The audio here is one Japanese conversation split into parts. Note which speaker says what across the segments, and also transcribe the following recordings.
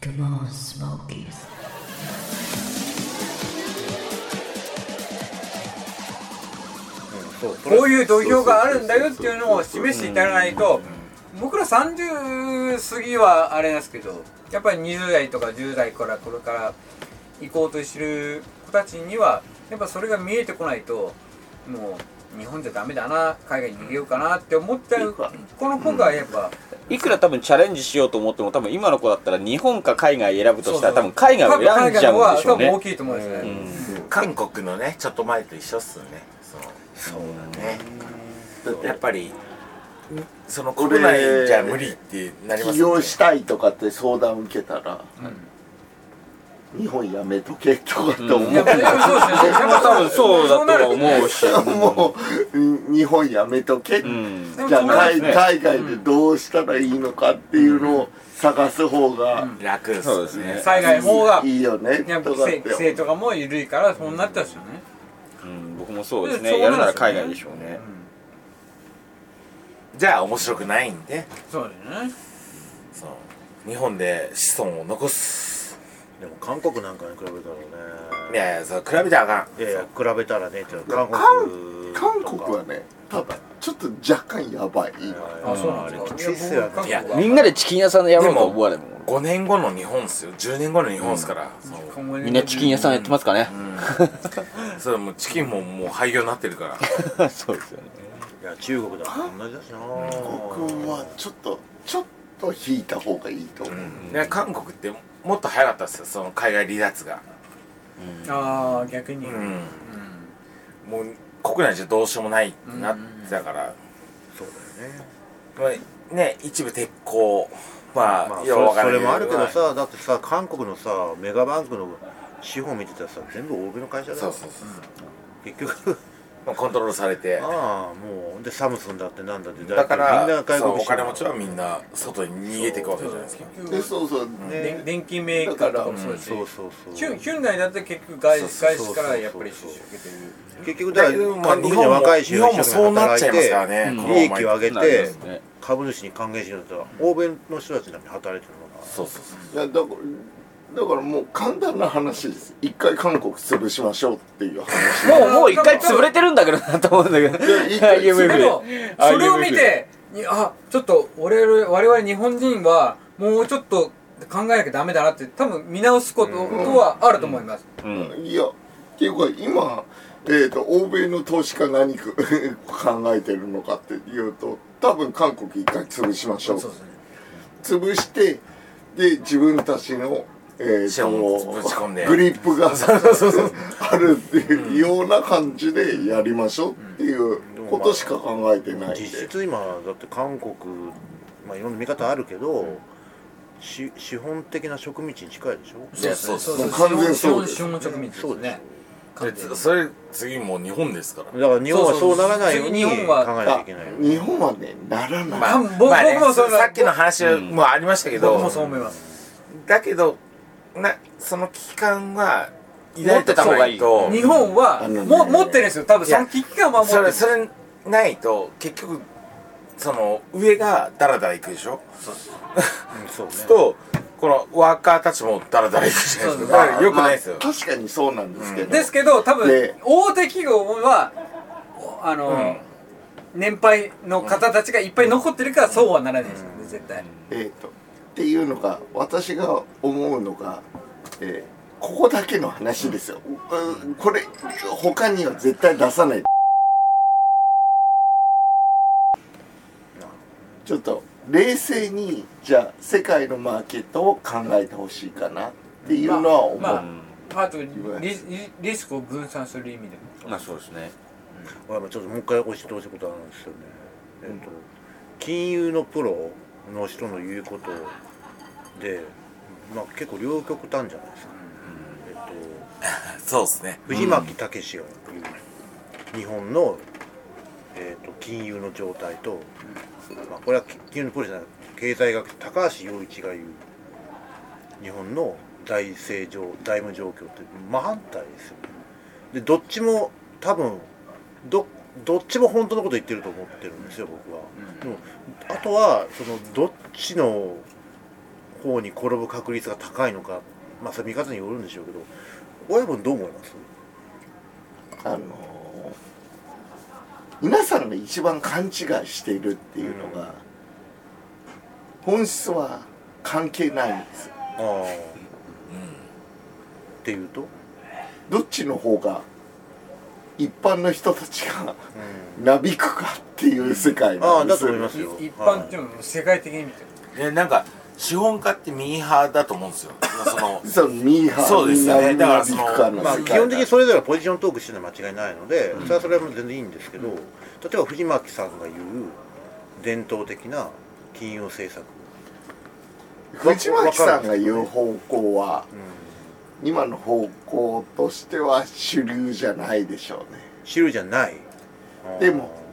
Speaker 1: Come on, Smokies.
Speaker 2: そう
Speaker 3: こういう土俵があるんだよっていうのを示していただかないと僕ら30過ぎはあれなんですけどやっぱり20代とか10代からこれから行こうとしてる子たちにはやっぱそれが見えてこないともう日本じゃダメだな海外に逃げようかなって思っちゃうこの子がやっぱ
Speaker 4: いくら多分チャレンジしようと思っても多分今の子だったら日本か海外選ぶとしたら
Speaker 3: そうそう
Speaker 4: 多分海外を選んじゃ
Speaker 3: の方
Speaker 4: うん
Speaker 3: は
Speaker 4: でしょ
Speaker 3: 多
Speaker 4: う
Speaker 3: 分大
Speaker 4: ね
Speaker 3: きいと思うんですね。
Speaker 2: 韓国のねちょっと前と一緒っすねそうだねやっぱりその国内じゃ無理ってなります
Speaker 5: 起
Speaker 2: よ
Speaker 5: 業
Speaker 2: ね
Speaker 5: したいとかって相談受けたら、日本やめとけとかって思う、
Speaker 3: いやそうですねやっぱ
Speaker 4: 多分そうだとは
Speaker 3: る
Speaker 4: 思うし
Speaker 5: もううん日本やめとけ、
Speaker 4: ん
Speaker 3: でも
Speaker 5: じゃあ
Speaker 3: そうなん
Speaker 5: 海,、
Speaker 4: ですね
Speaker 5: 海外でどうしたらいいのかっていうのを探す方が
Speaker 2: 楽っすね
Speaker 4: そうですね
Speaker 3: 海外の方が
Speaker 5: いいよね
Speaker 3: いや
Speaker 5: とかっ
Speaker 3: 規
Speaker 5: て
Speaker 3: 制規制とかも緩いからそうなったんですよね。
Speaker 4: うん僕もそうですね
Speaker 3: そう
Speaker 4: や
Speaker 3: なんで
Speaker 4: る
Speaker 3: すよね
Speaker 4: なら海外でしょうね
Speaker 2: じゃあ面白くないんで
Speaker 3: そうだよね。
Speaker 2: そう日本で子孫を残す
Speaker 6: でも韓国なんかに比べたらね
Speaker 2: いやいやそう比べたらあかん
Speaker 6: いやいや比べたらねっていうのは韓国
Speaker 5: 韓韓国はねただちょっと若干やばい
Speaker 3: あ、そうなんですか。
Speaker 6: きついっすよね
Speaker 3: いや僕
Speaker 4: み
Speaker 3: 韓
Speaker 4: んなでチキン屋さんでやろう
Speaker 2: で
Speaker 4: と
Speaker 2: も
Speaker 4: 思われも
Speaker 2: 5年後の日本っすよ10年後の日本っすから、そう
Speaker 3: 国は
Speaker 4: みんなチキン屋さんやってますかね
Speaker 2: それもうチキンももう廃業になってるから
Speaker 4: そうですよね
Speaker 6: いや中国だって同じだしな
Speaker 5: 僕はちょっとちょっと引いた方がいいと思う、
Speaker 2: で韓国ってもっと早かったっすよその海外離脱が
Speaker 3: ああ、逆に。
Speaker 2: う、
Speaker 3: うんん。
Speaker 2: もう国内じゃどうしようもないってなってたから、
Speaker 6: そうだよね
Speaker 2: まあね一部鉄鋼まあ、
Speaker 6: まあ、
Speaker 2: ようわ
Speaker 6: そ
Speaker 2: から
Speaker 6: そ
Speaker 2: な
Speaker 6: れ
Speaker 2: い
Speaker 6: もあるけど
Speaker 2: まあ
Speaker 6: さ、だってさ、韓国のさ、メガバンクの資本見てたらさ、全部欧米の会社だ
Speaker 2: そう
Speaker 6: よ、
Speaker 2: そうそう、
Speaker 6: 結局、
Speaker 2: まあ、コントロールされて
Speaker 6: ああ、もう、で、サムスンだってなんだって、
Speaker 2: だか
Speaker 6: みんな
Speaker 2: ら
Speaker 6: 外
Speaker 2: そう
Speaker 6: 国
Speaker 2: お金持ちは
Speaker 6: み
Speaker 2: みんな外に逃げていくわけじゃないですか
Speaker 3: 結
Speaker 5: で
Speaker 3: 局
Speaker 5: そうそう、
Speaker 3: で電機メーカーとかもそうだし
Speaker 6: そうそうそう、
Speaker 3: ヒュンヒュンダイだって結局外資
Speaker 2: そう
Speaker 3: 外
Speaker 6: そうそう
Speaker 3: 資からやっぱり出資を受けてる。
Speaker 6: 結局、だから、韓国人は若い衆
Speaker 2: 日
Speaker 6: が
Speaker 2: 本
Speaker 6: 一
Speaker 2: も
Speaker 6: 生懸
Speaker 2: そう
Speaker 6: 命
Speaker 2: なっちゃいます
Speaker 6: 働いて
Speaker 2: からね、
Speaker 4: うん
Speaker 2: このま
Speaker 6: 利
Speaker 2: ま
Speaker 6: 益を上げ
Speaker 4: なります
Speaker 6: て、
Speaker 4: ね
Speaker 6: 株主に還元しようとしたら、欧米の人たちなんかに働いてるのが、
Speaker 2: そうそうそう
Speaker 5: いやだからだからもう簡単な話です一回韓国潰しましょうっていう話
Speaker 4: もうもう一回潰れてるんだけどなと思うんだけど
Speaker 5: 一回
Speaker 4: IMF
Speaker 3: でも
Speaker 4: で
Speaker 3: それを見て、にあ、ちょっと俺々我々日本人はもうちょっと考えなきゃダメだなって多分見直すことはあると思います。
Speaker 4: うん
Speaker 5: いやっていうか今、えー、と欧米の投資家何か 考えてるのかっていうと多分韓国一回潰しましょう
Speaker 3: そうですね。
Speaker 5: 潰してで自分たちの、えー、
Speaker 2: 資本
Speaker 5: と
Speaker 2: をぶち込んで
Speaker 5: グリップがあるっていうような感じでやりましょうっていうことしか考えてないんで
Speaker 6: 実質今、だって韓国、まあ、いろんな見方あるけど、し資本的な植民地に近いでしょ。
Speaker 2: いやそうそう
Speaker 5: もう完全そうです
Speaker 3: 資本資本直面です
Speaker 6: そうで
Speaker 3: ね
Speaker 6: す。
Speaker 3: 完全
Speaker 2: で
Speaker 3: に
Speaker 2: それ次もう日本ですから
Speaker 6: だから日本はそうならないように
Speaker 3: そう
Speaker 6: 考
Speaker 3: そう
Speaker 6: え
Speaker 3: 日本は
Speaker 6: なきゃいけないよ
Speaker 5: 日本はねならない、
Speaker 2: まあ、
Speaker 3: あ僕
Speaker 2: まあね、
Speaker 3: 僕もそれが
Speaker 2: さっきの話もありましたけど、
Speaker 3: 僕もそう思います。
Speaker 2: だけどなその危機感は
Speaker 4: 持ってた方がいい
Speaker 2: 抱て
Speaker 3: 日
Speaker 2: た方がいい
Speaker 3: 本は
Speaker 5: あのね
Speaker 3: も持ってるんですよ。多分その危機感は持って
Speaker 2: それ
Speaker 3: る。
Speaker 2: それないと結局その上がダラダラいくでしょ
Speaker 6: うんそうね
Speaker 2: とこのワーカーたちもダラダラいくじゃないですかだからよくないですよ、
Speaker 5: まあ確かにそうなんですけど、
Speaker 3: ですけど多分
Speaker 5: で
Speaker 3: 大手企業はおあの、年配の方たちがいっぱい残ってるからそうはならないですよね、絶対。
Speaker 5: えー、とっていうのが私が思うのが、えーここだけの話ですよ、うんこれ他には絶対出さないちょっと冷静にじゃあ世界のマーケットを考えてほしいかなっていうのは思う、
Speaker 3: まあ、あとリリリスクを分散する意味でも。
Speaker 4: まあそうですね
Speaker 6: あのちょっともう一回教えてほしいことあるんですよね、えっと金融のプロの人の言うことで、まあ、結構両極端じゃないですか、えっと、
Speaker 2: そうですね
Speaker 6: 藤巻武史が言う日本の、えっと、金融の状態と、まあ、これは金融のプロじゃない経済学者高橋洋一が言う日本の財政状財務状況って真反対ですよねでどっちも多分どどっちも本当のこと言ってると思ってるんですよ僕は、でもあとはそのどっちの方に転ぶ確率が高いのか、まあ、それ見方によるんでしょうけど、親分どう思います
Speaker 5: あのー皆さんが一番勘違いしているっていうのが、本質は関係ないんです
Speaker 6: ああ、っていうと、
Speaker 5: どっちの方が一般の人たちがなびくかっていう世界
Speaker 6: あ
Speaker 5: な
Speaker 6: あ
Speaker 5: んで
Speaker 6: だ
Speaker 5: す
Speaker 6: と
Speaker 5: よ
Speaker 6: 思いますよ
Speaker 3: い一般っていうのはもう世界的に見てる
Speaker 2: でなんか資本家ってミーハーだと思うんですよその
Speaker 5: そうミーハー
Speaker 2: そうですよね
Speaker 5: みんな
Speaker 2: だか
Speaker 5: なびく
Speaker 2: ら
Speaker 5: かの世界
Speaker 6: まあ、基本的にそれぞれポジショントークしてるのは間違いないので、それはそれは全然いいんですけど、例えば藤巻さんが言う伝統的な金融政策、
Speaker 5: 藤巻さんが言う方向は、今の方向としては主流じゃないでしょうね
Speaker 6: 知るじゃない。
Speaker 5: でも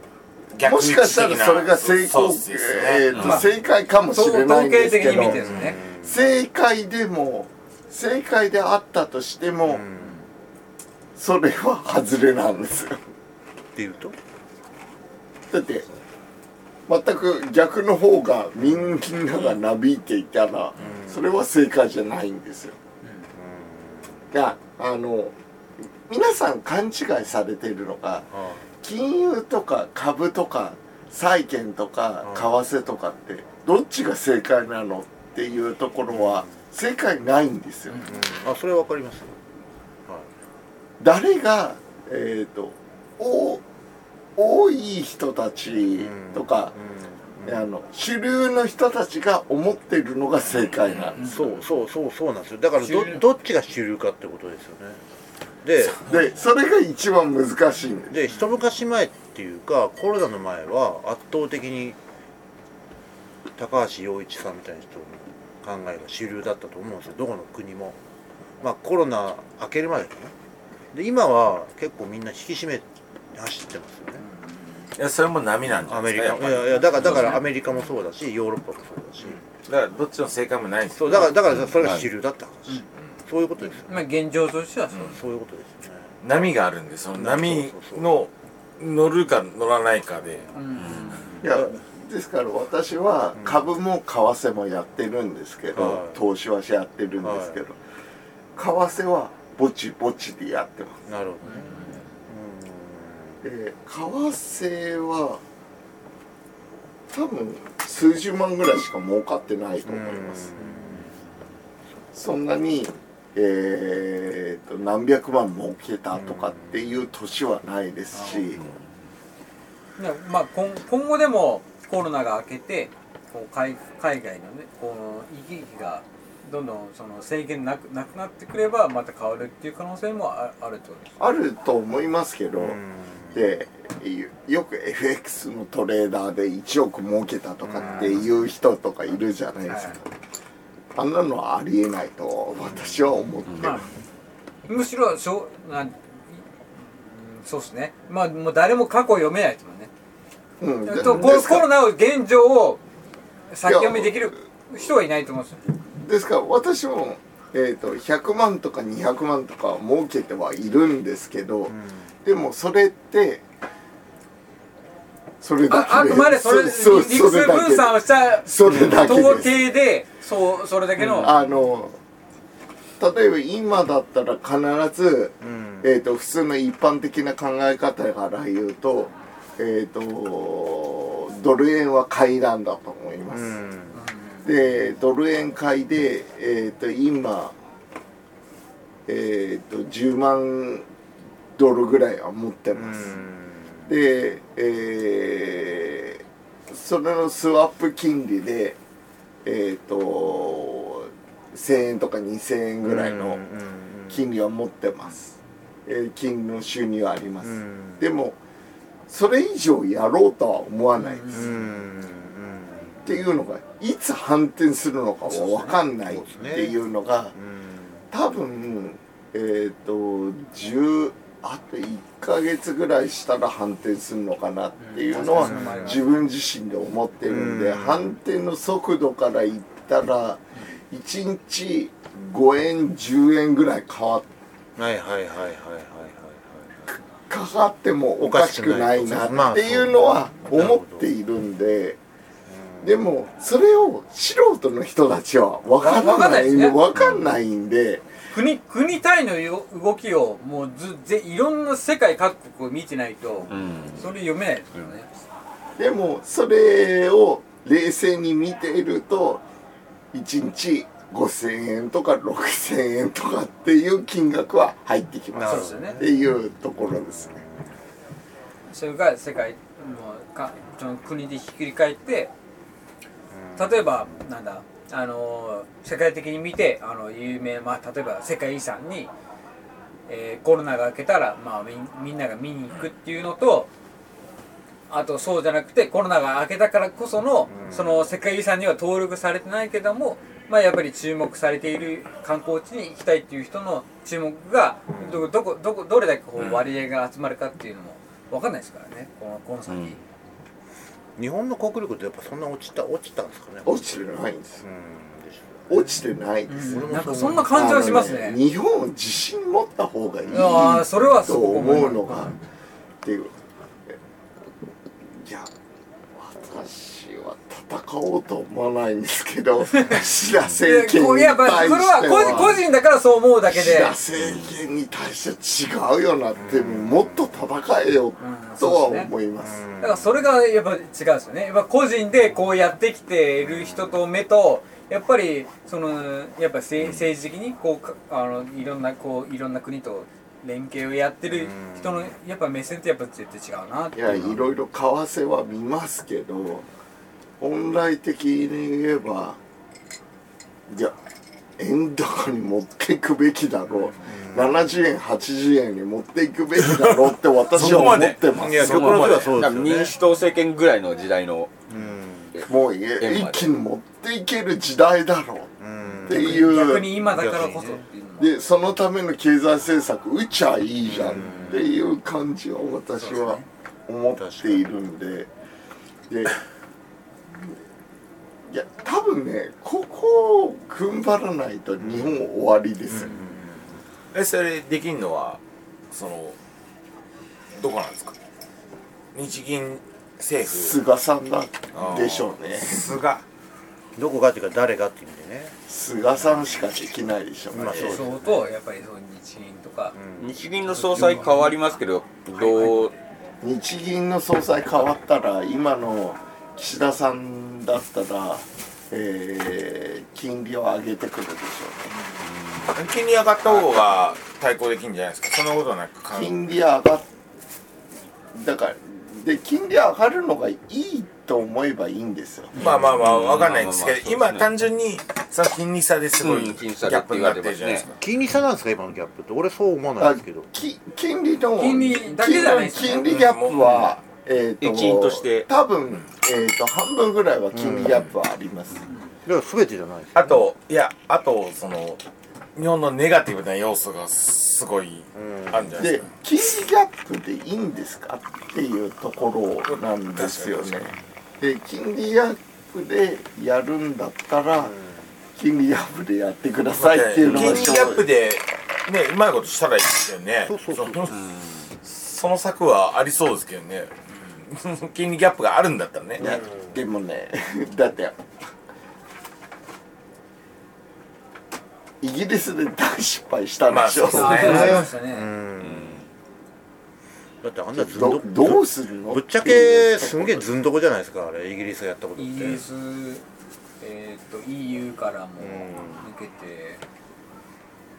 Speaker 2: 逆
Speaker 5: も
Speaker 2: に
Speaker 5: しかしたらそれが成功、
Speaker 2: そうですよ
Speaker 5: え
Speaker 2: ね
Speaker 5: ーと
Speaker 3: まあ
Speaker 5: 正解かもし
Speaker 3: そう
Speaker 5: れな
Speaker 3: 統
Speaker 5: いんで
Speaker 3: 計
Speaker 5: す
Speaker 3: 的
Speaker 5: け
Speaker 3: に
Speaker 5: ど、
Speaker 3: 見てるんですね
Speaker 5: 正解でも正解であったとしても、
Speaker 6: うん
Speaker 5: それは外れなんですよ
Speaker 6: っていうと、
Speaker 5: だって全く逆の方がみんながなびいていたら、それは正解じゃないんですよ。があの皆さん勘違いされているのが
Speaker 6: あ
Speaker 5: 金融とか株とか債券とか
Speaker 6: うん
Speaker 5: 為替とかってどっちが正解なのっていうところは正解ないんですよ。
Speaker 6: ああそれはわかります。はい
Speaker 5: 誰が、えー、とお多い人たちとか、
Speaker 6: うん
Speaker 5: あの主流の人たちが思ってるのが正解なんです、
Speaker 6: そうそうそうそうなんですよだから
Speaker 3: 主流
Speaker 6: どどっちが主流かってことですよねで
Speaker 5: でそれが一番難しいんです
Speaker 6: で一昔前っていうかコロナの前は圧倒的に高橋陽一さんみたいな人の考えが主流だったと思うんですよどこの国もまあコロナ明けるまでかなで今は結構みんな引き締めに走ってますよね
Speaker 2: いやそれも波なんじ
Speaker 6: ア
Speaker 2: ゃな
Speaker 6: メ
Speaker 2: い
Speaker 6: リ
Speaker 2: です
Speaker 6: カ
Speaker 2: かやっぱ
Speaker 6: いや
Speaker 2: り
Speaker 6: いやだからだからアメリカもそうだしヨーロッパもそうだし
Speaker 2: だからどっちの正解もないんです
Speaker 6: そうだからだからそれが主流だった話、そういうことですよね
Speaker 3: まあ現状としてはそう
Speaker 6: そういうことですよね
Speaker 2: 波があるんでその波
Speaker 6: そうそう
Speaker 2: の乗るか乗らないかで
Speaker 5: いやですから私は株も為替もやってるんですけど、
Speaker 6: はい
Speaker 5: 投資はやってるんですけど、為替はぼちぼちでやってます
Speaker 6: なるほどね
Speaker 5: えー為替は多分数十万ぐらいしか儲かってないと思いますそんなにえーと何百万儲けたとかっていう年はないですし
Speaker 3: でまあ今今後でもコロナが明けてこう海海外のねこの行き来がどんどんその制限なくなくなってくればまた変わるっていう可能性もああるってことです
Speaker 5: あると思いますけどでよく FX のトレーダーで1億儲けたとかっていう人とかいるじゃないですかあんなのはありえないと私は思って
Speaker 3: まあ
Speaker 5: ます
Speaker 3: むしろしょうなんうんそうですねまあもう誰も過去読めないですもんね
Speaker 5: うんで
Speaker 3: とコ
Speaker 5: で
Speaker 3: ロ
Speaker 5: すか
Speaker 3: コロナの現状を先読みできる人はいないと思うんですよ
Speaker 5: ですから私も、えー、と100万とか200万とか儲けてはいるんですけど、でもそれってそれだけ
Speaker 3: ああくまでそれ理
Speaker 5: そう
Speaker 3: 理屈
Speaker 5: だけ
Speaker 3: 分散をした
Speaker 5: それだけ
Speaker 3: 統
Speaker 5: です
Speaker 3: 計でそうそれだけの、
Speaker 5: あの例えば今だったら必ず、
Speaker 6: うん
Speaker 5: えー、と普通の一般的な考え方から言うと,、えー、とドル円は買いなんだと思います。
Speaker 6: うん
Speaker 5: でドル円買いで、えー、と今、えー、と10万ドルぐらいは持ってます、で、えーそれのスワップ金利でえっ、と1000円とか2000円ぐらいの金利は持ってます、えー金利の収入はあります、
Speaker 6: ん
Speaker 5: でもそれ以上やろうとは思わないです、っていうのがいつ反転するのかは分かんないっていうのが多分えっ、と10あと1ヶ月ぐらいしたら反転するのかなっていうのは
Speaker 3: うんうん
Speaker 5: 自分自身で思ってるんで
Speaker 6: うん
Speaker 5: 反転の速度から言ったら1日5円10円ぐらい変わっ
Speaker 6: はいはいはいはいはいはい
Speaker 5: かかってもおかしくないなっていうのは思っているんででもそれを素人の人たちは分から
Speaker 3: わかんな
Speaker 5: ない
Speaker 3: で
Speaker 5: い
Speaker 3: すね
Speaker 5: 分かんないんで、
Speaker 3: 国国単位のよ動きをもうずぜいろんな世界各国を見てないと、
Speaker 4: うん
Speaker 3: それ読めないですよね、
Speaker 5: でもそれを冷静に見ていると1日5,000円とか6,000円とかっていう金額は入ってきま
Speaker 3: そうですすよ
Speaker 5: っ
Speaker 3: ね
Speaker 5: ていうところですね。
Speaker 3: それが世界もうかその国でひっくり返って例えばなんだあのー世界的に見てあの有名、まあ、例えば世界遺産に、えーコロナが明けたら、まあ、みんみんなが見に行くっていうのとあとそうじゃなくてコロナが明けたからこそのその世界遺産には登録されてないけども、まあ、やっぱり注目されている観光地に行きたいっていう人の注目がどどこどこどれだけこう割合が集まるかっていうのも分かんないですからねこのこの先。
Speaker 4: うん
Speaker 6: 日本の国力ってやっぱそんな落ちた落ちたんですかね
Speaker 5: 落ちてないんです
Speaker 6: う
Speaker 5: よ
Speaker 6: んでし
Speaker 5: 落ちてないです、
Speaker 6: 俺も
Speaker 3: なんかそんな感じはしますね
Speaker 5: あの。日本を自信持った方がいい
Speaker 3: あーそれはす
Speaker 5: と
Speaker 3: ごく思います
Speaker 5: 思うのがっていういや私は戦おうと思わないんです けど岸田
Speaker 3: いや
Speaker 5: 政権
Speaker 3: こう
Speaker 5: に
Speaker 3: いやまあ
Speaker 5: 対
Speaker 3: それは
Speaker 5: して
Speaker 3: 個人個
Speaker 5: は
Speaker 3: 人だからそう思うだけ
Speaker 5: 岸
Speaker 3: で
Speaker 5: 田政権に対して違うよなってもっと戦えよ
Speaker 3: うんそ
Speaker 5: と
Speaker 3: うです
Speaker 5: は
Speaker 3: ね
Speaker 5: 思います
Speaker 3: だからそれがやっぱ違うんですよねやっぱ個人でこうやってきている人と目とやっぱりそのやっぱせ政治的にこうかあのいろんなこういろんな国と連携をやってる人のやっぱ目線ってやっぱ絶対違うなって
Speaker 5: いやいろいろ為替は見ますけど本来的に言えばいや円高に持っていくべきだろう70円80円に持っていくべきだろうって私
Speaker 2: そ
Speaker 5: は
Speaker 2: こ
Speaker 5: 思
Speaker 2: まで
Speaker 5: ってま
Speaker 6: いや
Speaker 5: す
Speaker 6: 極論ではそうで
Speaker 4: 多
Speaker 6: すよ
Speaker 4: 分
Speaker 6: ね
Speaker 4: 民主党政権ぐらいの時代の
Speaker 6: ょうん
Speaker 5: もういえ
Speaker 4: 円ま
Speaker 5: 一
Speaker 4: で
Speaker 5: 気に持っていける時代だろう
Speaker 6: うん
Speaker 5: っていう
Speaker 3: 逆に今だからこそっていうのも
Speaker 5: でそのための経済政策打ちゃいいじゃんっていう感じを私は思っているんででいや多分ねここを踏ん張らないと日本終わりですよ、
Speaker 2: えそれできんのはそのどこなんですか日銀政府
Speaker 5: 菅さんだでしょうね
Speaker 2: 菅
Speaker 6: どこがっていうか誰がっていう意味でね
Speaker 5: 菅さんしかできないでしょうね
Speaker 6: まあそう
Speaker 3: 首相とやっぱりそう日銀とか、
Speaker 4: 日銀の総裁変わりますけどどう
Speaker 5: 日銀の総裁変わったら今の岸田さんだったら、えー金利を上げてくるでしょうね
Speaker 2: 金利上がった方が対抗できんじゃないですかそんなことはなく
Speaker 5: 金利上がっだからで金利上がるのがいいと思えばいいんですよ
Speaker 2: まあまあまあわかんないんですけど、
Speaker 4: うんまあまあ
Speaker 2: 今単純にその金利差ですごいギ
Speaker 4: うん
Speaker 2: ャ
Speaker 4: 金利差
Speaker 2: ップになってるじゃないですか、
Speaker 6: 金利差なんですか今のギャップって俺そう思わないんですけど
Speaker 5: き金利の
Speaker 3: 金利だけじゃないですね
Speaker 5: 金利ギャップは、えー、と
Speaker 4: 一因として
Speaker 5: 多分、えー、と半分ぐらいは金利ギャップはあります、
Speaker 6: だから全てじゃないです
Speaker 2: あといやあとその日本のネガティブな要素がすごいあるんじゃない
Speaker 5: で
Speaker 2: ですか、
Speaker 5: 金利ギャップでいいんですかっていうところなんですよね
Speaker 2: 確か
Speaker 5: で金利ギャップでやるんだったら、金利ギャップでやってくださいっていうのが
Speaker 2: 金利ギャップでねうまいことしたらいいですよね
Speaker 6: そうそうそう
Speaker 2: のその策はありそうですけどね 金利ギャップがあるんだったらね、
Speaker 5: ね、でもね だってイギリスで大失敗したんでしょ、
Speaker 2: まあ
Speaker 3: ああそ
Speaker 2: そうで
Speaker 3: うな
Speaker 2: すね
Speaker 3: りましたね、
Speaker 6: だってあんなずん
Speaker 5: ど
Speaker 6: ど
Speaker 5: どうするの
Speaker 6: ぶっちゃけすんげえずんどこじゃないですかあれイギリスがやったことっ
Speaker 3: イ
Speaker 6: て
Speaker 3: ギリス、えー、と EU からも抜けて、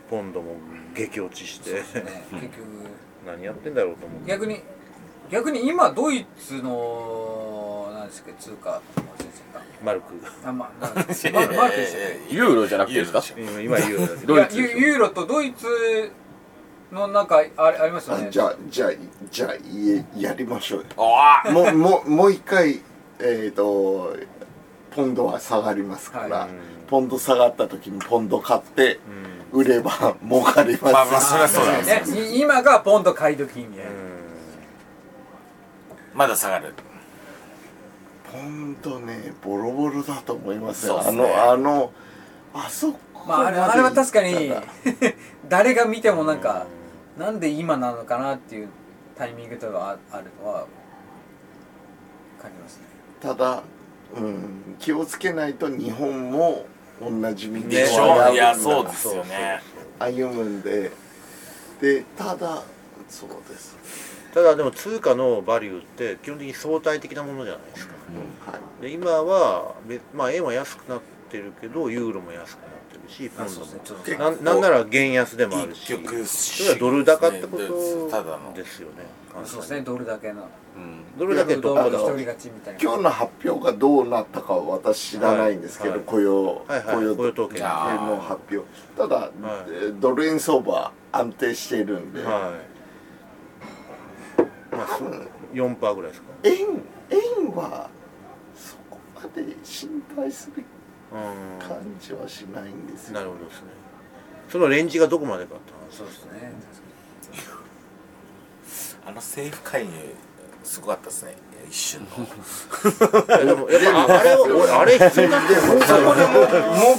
Speaker 6: ポンドも激落ちして
Speaker 3: ね、結局
Speaker 6: 何やってんだろうと思って
Speaker 3: 逆に逆に今ドイツの何ですか通貨の先生
Speaker 6: マルク
Speaker 3: があまあなん ですママークでしたっ
Speaker 4: ユーロじゃなくていいですか
Speaker 6: 今今言うよ
Speaker 3: けい
Speaker 4: ドイ
Speaker 3: や
Speaker 4: ツ
Speaker 3: ユユーロとドイツのなんかあれありますよ
Speaker 5: あ
Speaker 3: ね
Speaker 5: じゃあじゃあじゃあいえやりましょうよ
Speaker 2: ああ
Speaker 5: もうもうもう一回えっ、とポンドは下がりますから、
Speaker 3: はい
Speaker 5: ポンド下がった時にポンド買って売れば儲かります、
Speaker 2: まあまあそりゃそうだ
Speaker 3: ねい今がポンと買い時みたいな、
Speaker 2: まだ下がる
Speaker 5: ポンドねボロボロだと思います
Speaker 2: そう
Speaker 5: よ
Speaker 2: っ
Speaker 5: あ
Speaker 2: すね
Speaker 5: のあのあそこ
Speaker 3: まああれ
Speaker 5: まで
Speaker 3: あれは確か
Speaker 5: 行
Speaker 3: に
Speaker 5: ったら
Speaker 3: 誰が見てもなんかなんで今なのかなっていうタイミングとかああるのは感じますね
Speaker 5: ただうん、気をつけないと日本も同じ道を
Speaker 2: でし
Speaker 5: 歩
Speaker 2: ょ
Speaker 5: む
Speaker 2: いやそうですよね
Speaker 5: 歩むんででただそうです、
Speaker 6: ただでも通貨のバリューって基本的に相対的なものじゃないですか
Speaker 5: はい、
Speaker 6: で今は、べまあ、円は安くなってるけどユーロも安くなってるしポン
Speaker 3: そうですねちょっ
Speaker 6: ドもなんなんなら原安でもあるし
Speaker 2: 一極
Speaker 6: それはドル高ってこ
Speaker 2: ただの
Speaker 6: とですよね
Speaker 3: とそうですねドルだけの
Speaker 6: ドル高とポンド
Speaker 3: ドル一人勝ちみたいな
Speaker 5: 今日の発表がどうなったかは私知らないんですけど、
Speaker 6: はいはい
Speaker 5: 雇用、
Speaker 6: はいはい雇用統計
Speaker 5: の発表ただ、えードル円相場安定しているんで、
Speaker 6: はいまあそ4パーぐらいですか
Speaker 5: 円円はそこまで心配する感
Speaker 6: う
Speaker 5: じはしないんです
Speaker 6: ん
Speaker 5: よ
Speaker 6: なるほどですねそのレンジがどこまでかって話
Speaker 3: そうですね
Speaker 2: あの政府介入すごかったですね一瞬の
Speaker 6: いやでもやっぱああれを俺あれ必要だって思う
Speaker 5: そこでも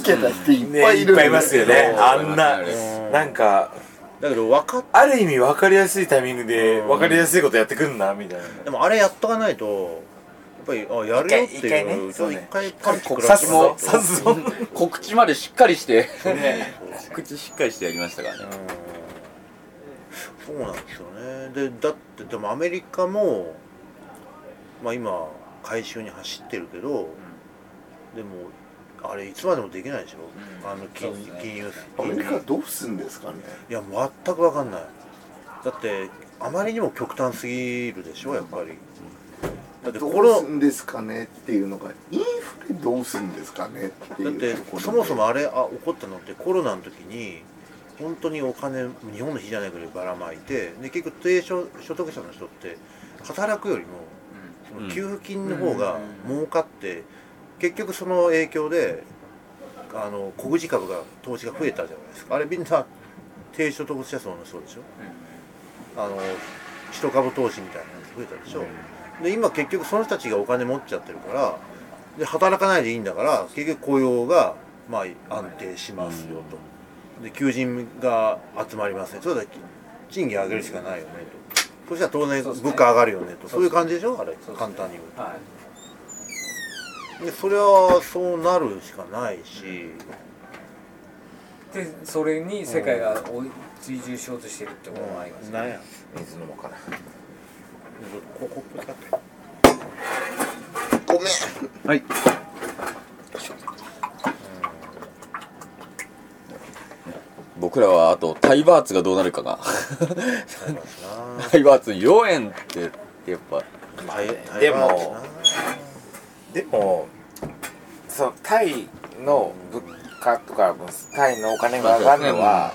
Speaker 5: 儲けた人いっぱいいるんで、
Speaker 2: いますよねあんな
Speaker 6: うん
Speaker 2: なんか
Speaker 6: だけど分かっ
Speaker 2: ある意味分かりやすいタイミングで分かりやすいことやってくんなみたいな
Speaker 6: でもあれやっとかないとやっぱりあやるよって
Speaker 2: 一回
Speaker 6: いう
Speaker 2: 一回ねそうね
Speaker 6: 一回パンチ食ら
Speaker 4: さ
Speaker 6: っ
Speaker 4: す
Speaker 6: て
Speaker 4: が
Speaker 6: もらう
Speaker 4: も
Speaker 6: と
Speaker 2: さすがに
Speaker 4: 告知までしっかりして告知しっかりしてやりましたからね
Speaker 6: うんそうなんですよねでだってでもアメリカもまあ今回収に走ってるけど、でもあれいつまでもできないでしょ、あの金,、金融
Speaker 5: アメ
Speaker 6: 金
Speaker 5: リ
Speaker 6: 融
Speaker 5: カどうすんですかね
Speaker 6: いや全く分かんないだってあまりにも極端すぎるでしょやっぱり、だって
Speaker 5: ど
Speaker 6: こ
Speaker 5: う
Speaker 6: の
Speaker 5: すんですかねっていうのがインフレどうすんですかねって
Speaker 6: だっ
Speaker 5: い
Speaker 6: て
Speaker 5: うところで
Speaker 6: そもそもあれあ起こったのってコロナの時に本当にお金日本の日じゃないぐらいばらまいてで結局低所所得者の人って働くよりもその給付金の方が儲かって、結局その影響であの小口株が投資が増えたじゃないですかあれみんな低所得者層の人でしょ、あの一株投資みたいなやつ増えたでしょ、で今結局その人たちがお金持っちゃってるからで働かないでいいんだから結局雇用がまあ安定しますよと、で求人が集まりますねそうだ賃金上げるしかないよねとそしたら当然
Speaker 3: そうです
Speaker 6: 物
Speaker 3: ね
Speaker 6: 価上がるよねとそう,、いう感じでしょあれ、
Speaker 3: そうですね
Speaker 6: 簡単に言うと
Speaker 3: はい
Speaker 6: でそれはそうなるしかないし、
Speaker 3: でそれに世界が追い追従しようとしてるってこともありますね
Speaker 6: なんや
Speaker 2: 水飲もうかな
Speaker 6: ここ使って
Speaker 5: ごめん
Speaker 4: はい僕らはあとタイバーツがどうなるかが
Speaker 6: 使いますな
Speaker 4: タイバーツ4円ってやっぱ
Speaker 6: 大変
Speaker 2: で
Speaker 6: 大変
Speaker 2: もでもそのタイの物価とかタイのお金が上がるのは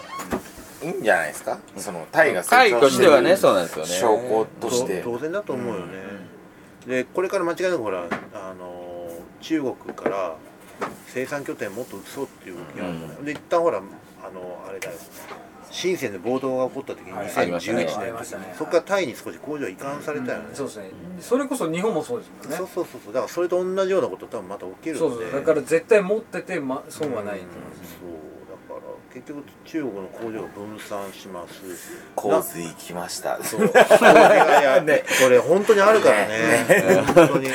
Speaker 2: いいんじゃないですかそのタイが
Speaker 4: 会としてはねそうなんですよね
Speaker 2: 証拠とし
Speaker 6: と
Speaker 2: て
Speaker 6: 当然だと思うよね、でこれから間違いなくほら、あのー中国から生産拠点もっと移そうっていう動きがあるじゃない、で一旦ほら、あのーあれだよ深センで暴動が起こった時に
Speaker 3: はい
Speaker 6: 2011年の時
Speaker 3: あり
Speaker 6: に、
Speaker 3: ましたね
Speaker 6: そこからタイに少し工場移管されたよね、
Speaker 3: そうですねそれこそ日本もそうですもんね
Speaker 6: そうそうそうそうだからそれと同じようなこと多分また起きるんで
Speaker 3: そうそうだから絶対持ってて、ま、損はないと思います
Speaker 6: そうだから結局中国の工場が分散します
Speaker 2: 洪水来ました
Speaker 6: そうこれがやこれ本当にあるからね本当に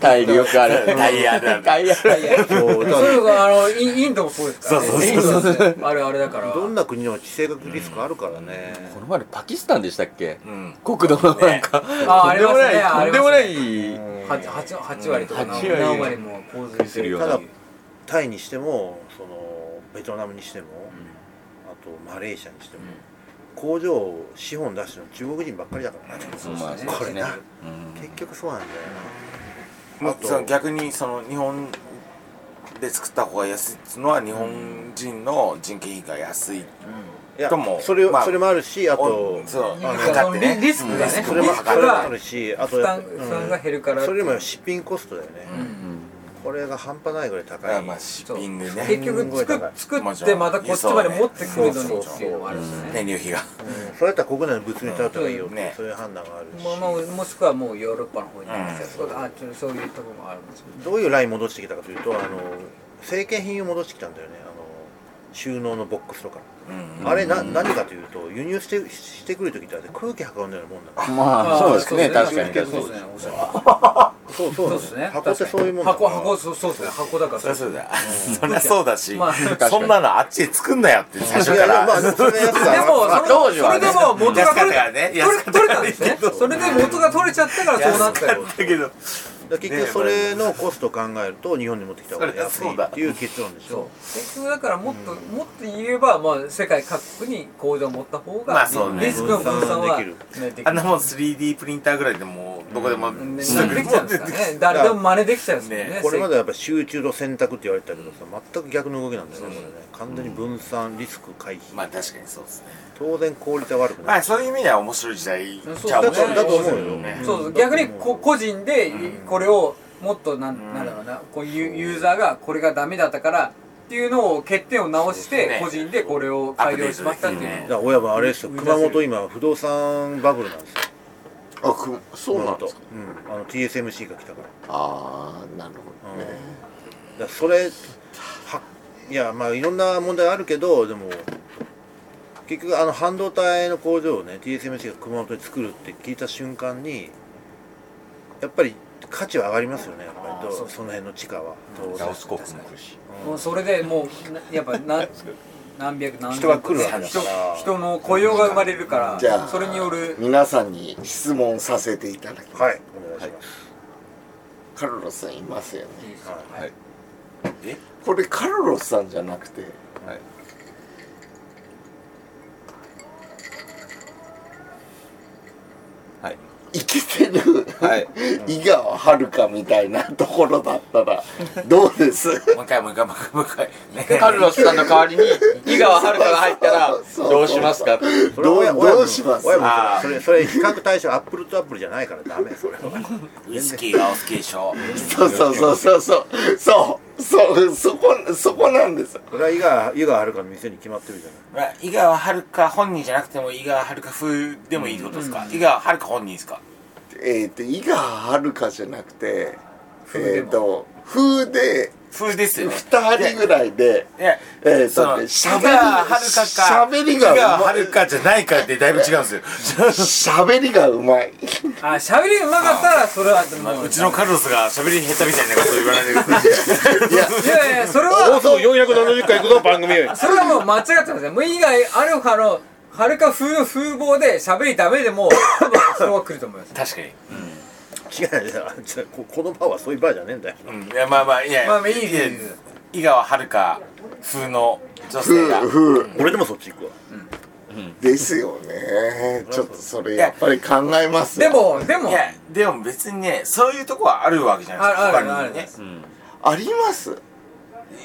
Speaker 4: タイよくある
Speaker 2: タイヤだ
Speaker 4: タイヤ
Speaker 6: そうだ
Speaker 3: そ
Speaker 6: か
Speaker 3: れ
Speaker 6: ら
Speaker 3: こそあのインインドもそうですから、ね、
Speaker 2: そうそうそう
Speaker 3: インドだってあれあれだから
Speaker 6: どんな国でも地政学リスクあるからね、
Speaker 4: この前パキスタンでしたっけ
Speaker 2: うん
Speaker 4: 国土のなんか、
Speaker 3: ああ
Speaker 4: とん
Speaker 3: り
Speaker 4: で
Speaker 3: ま
Speaker 4: も
Speaker 3: す
Speaker 4: ない、
Speaker 3: ねあ
Speaker 4: とん
Speaker 3: り
Speaker 4: で
Speaker 3: ます
Speaker 4: もな
Speaker 3: ね
Speaker 4: い、
Speaker 3: 八八八割とか
Speaker 4: うん
Speaker 3: 何
Speaker 4: 八割
Speaker 3: 何割も洪水
Speaker 4: するよう
Speaker 6: た
Speaker 4: な
Speaker 6: だタイにしてもそのベトナムにしても、あとマレーシアにしても、工場を資本出してるの中国人ばっかりだからね、
Speaker 4: まあ
Speaker 3: そうですね
Speaker 6: これな、
Speaker 4: うん
Speaker 6: 結局そうなんだよ
Speaker 2: もう
Speaker 6: と
Speaker 2: その逆にその日本で作った方が安いっていうのは日本人の人件費が安い
Speaker 6: ないや
Speaker 2: とも
Speaker 6: それ,、
Speaker 2: まあ
Speaker 6: それもあるしあと
Speaker 2: おそう
Speaker 6: あの
Speaker 2: 測ってね
Speaker 3: リリスクがね
Speaker 2: うん
Speaker 6: それも
Speaker 3: リスクが
Speaker 6: それもあるしあと
Speaker 3: 負
Speaker 6: や
Speaker 3: 担
Speaker 6: っぱ
Speaker 3: 負担が減るから
Speaker 6: それよりも出品コストだよね、これが半端ないぐらい
Speaker 2: だか
Speaker 6: 高
Speaker 2: ら
Speaker 6: い
Speaker 2: まあシッピングね
Speaker 3: 結局作っ作ってまたこっちまで持ってくるのにっていうのもあるしね
Speaker 2: 燃料費が
Speaker 6: それやったら国内の物流に頼った方がいいよっ
Speaker 2: う
Speaker 6: て、
Speaker 2: んね
Speaker 6: そういう判断があるし、
Speaker 3: もうもうもしくはもうヨーロッパの方に行っちゃうそうだあちょっとそういうところもあるんですよ
Speaker 6: どういうライン戻してきたかというとあの成形品を戻してきたんだよねあの収納のボックスと
Speaker 2: う
Speaker 6: か、
Speaker 2: ん
Speaker 6: あれな何かというと輸入してしてくる時ってあれ空気運んでるようなもんなの
Speaker 4: まあそうですね
Speaker 3: あー
Speaker 4: 確かに
Speaker 3: そうですねおっしゃる
Speaker 6: そうそ
Speaker 3: そうんで
Speaker 6: うなですす
Speaker 3: ね
Speaker 6: ね箱ってそういうもんだ
Speaker 3: 箱箱そうそうですね箱だから
Speaker 2: そりゃそうだ、 そりゃそうだし、
Speaker 3: まあ
Speaker 2: そんなのあっちで作んなよって最初か
Speaker 6: いやい
Speaker 2: ら
Speaker 6: やまあでもそのやつ
Speaker 3: で
Speaker 6: は
Speaker 3: も、その
Speaker 4: 当時
Speaker 3: そ
Speaker 4: は
Speaker 3: れ
Speaker 4: ね
Speaker 3: でも元が取れた
Speaker 2: 安かったからね
Speaker 3: 取れ取れたんですね
Speaker 2: 安かったけど
Speaker 3: それで元が取れちゃったからそうなったよ
Speaker 2: 安かったけど
Speaker 6: だから結局それのコストを考えると日本に持ってきた方が安
Speaker 2: そりゃそ
Speaker 6: いう
Speaker 2: だ
Speaker 6: っていう結論でし
Speaker 3: そう
Speaker 6: ょ
Speaker 3: 結局だからもっと、もっと言えば、まあ、世界各国に工場を持った方が、
Speaker 2: まあそうね
Speaker 3: リスクの分散は
Speaker 6: 分散できる
Speaker 3: ねでき
Speaker 2: あんなもん 3D プリンターぐらいでもうどこでも
Speaker 3: ね
Speaker 2: 自宅
Speaker 3: で
Speaker 2: に
Speaker 3: き
Speaker 2: 持
Speaker 3: ちゃう
Speaker 2: っ
Speaker 3: んです
Speaker 2: て
Speaker 3: か
Speaker 2: っ
Speaker 3: ら
Speaker 2: て
Speaker 3: ね誰でも真似できちゃうんですよね
Speaker 2: ね
Speaker 6: これまではやっぱ集中と選択って言われてたけどさ全く逆の動きなんだよねこれね完全に分散リスク回避、
Speaker 2: まあ確かにそうですね
Speaker 6: 当然効率は悪く
Speaker 2: ま
Speaker 6: な
Speaker 2: あ
Speaker 6: い、
Speaker 2: そういう意味では面白い時代ちゃ
Speaker 3: そう
Speaker 2: 面
Speaker 3: うだ
Speaker 2: 白
Speaker 3: ね
Speaker 2: い
Speaker 3: だと思
Speaker 6: うよ
Speaker 2: ね
Speaker 3: そうそう
Speaker 6: うん
Speaker 3: 逆にこ個人でこれをもっとなん,、なんだろうなこうユユーザーがこれがダメだったからっていうのを欠点を直して、
Speaker 2: そうですね
Speaker 3: 個人でこれを改良しましたっていうのを
Speaker 2: アップデートできるね
Speaker 6: だから親分あれですよ
Speaker 3: うん
Speaker 6: 熊本今不動産バブルなんですよ
Speaker 5: あくそうなんですか
Speaker 6: うん、あの TSMC が来たからだか
Speaker 5: ああなるほどね、
Speaker 6: らそれはいやまあいろんな問題あるけどでも結局あの半導体の工場をね TSMC が熊本に作るって聞いた瞬間にやっぱり価値は上がりますよねやっぱりどう
Speaker 3: そう
Speaker 6: その辺の地価は当然
Speaker 2: ラオス国も来るし
Speaker 3: もうそれでもうなやっぱな何百何千
Speaker 6: 人が来るわけだ
Speaker 3: 人
Speaker 6: から
Speaker 3: 人の雇用が生まれるから
Speaker 5: じゃあ
Speaker 3: それによる
Speaker 5: 皆さんに質問させていただきます、
Speaker 6: はいお願いします、
Speaker 5: カルロスさんいますよね
Speaker 6: はい
Speaker 4: はい
Speaker 5: これカルロスさんじゃなくて
Speaker 4: はいはい
Speaker 5: イケてる、
Speaker 4: はい
Speaker 5: 井川遥みたいなところだったらどうです
Speaker 2: もう一回もう一回もう一回もう一回ね
Speaker 4: カルロスさんの代わりに井川遥が入ったらどうしますか
Speaker 6: それは親
Speaker 5: どう
Speaker 6: 親
Speaker 5: ど
Speaker 6: 分
Speaker 5: うします
Speaker 6: 親分
Speaker 2: あー
Speaker 6: それそれ比較対象アップルとアップルじゃないからダメそれは
Speaker 2: ウイスキーがお好きでしょ
Speaker 5: そうそうそうそうそうそうそうそこそこなんです
Speaker 6: これは井川井川遥の店に決まってるじゃない
Speaker 2: まあ井川遥本人じゃなくても井川遥風でもいいってことですか、井川遥本人ですか
Speaker 5: えっ、と井川遥じゃなくて
Speaker 3: 風
Speaker 5: え
Speaker 3: で
Speaker 5: っ、
Speaker 3: も
Speaker 5: と風で
Speaker 2: 風ですよね
Speaker 5: 2人ぐらいで
Speaker 2: いや
Speaker 5: えー
Speaker 2: そ
Speaker 5: と
Speaker 2: の
Speaker 5: ね
Speaker 2: 井
Speaker 5: しゃべり
Speaker 2: 川遥か
Speaker 5: しゃべりが
Speaker 2: 井川遥じゃないかってだいぶ違うんですよ
Speaker 5: 喋りがうまい
Speaker 3: あ喋りうまかったらそれはもう
Speaker 2: うちのカルロスが喋り下手みたいなこと言われる
Speaker 5: いや
Speaker 3: いやいやそれは
Speaker 6: 送470回行くぞ番 組
Speaker 3: それはもう間違ってますねもう以外アルファのはるか風の風貌で喋りダメでも多分人は来ると思います
Speaker 2: 確かに
Speaker 6: 違う違う違うここのバーはそういうバーじゃねえんだよ
Speaker 2: うん、いやまあまあいや、
Speaker 3: まあいいです
Speaker 2: や井川遥風の女性が
Speaker 5: 風風
Speaker 6: 俺でもそっち行くわ
Speaker 5: ですよねちょっとそれやっぱり考えます
Speaker 3: で
Speaker 5: よ
Speaker 3: もでも
Speaker 2: いやでも別にねそういうとこはあるわけじゃないですか
Speaker 3: あある
Speaker 2: 他に
Speaker 3: ある
Speaker 2: ね
Speaker 5: あります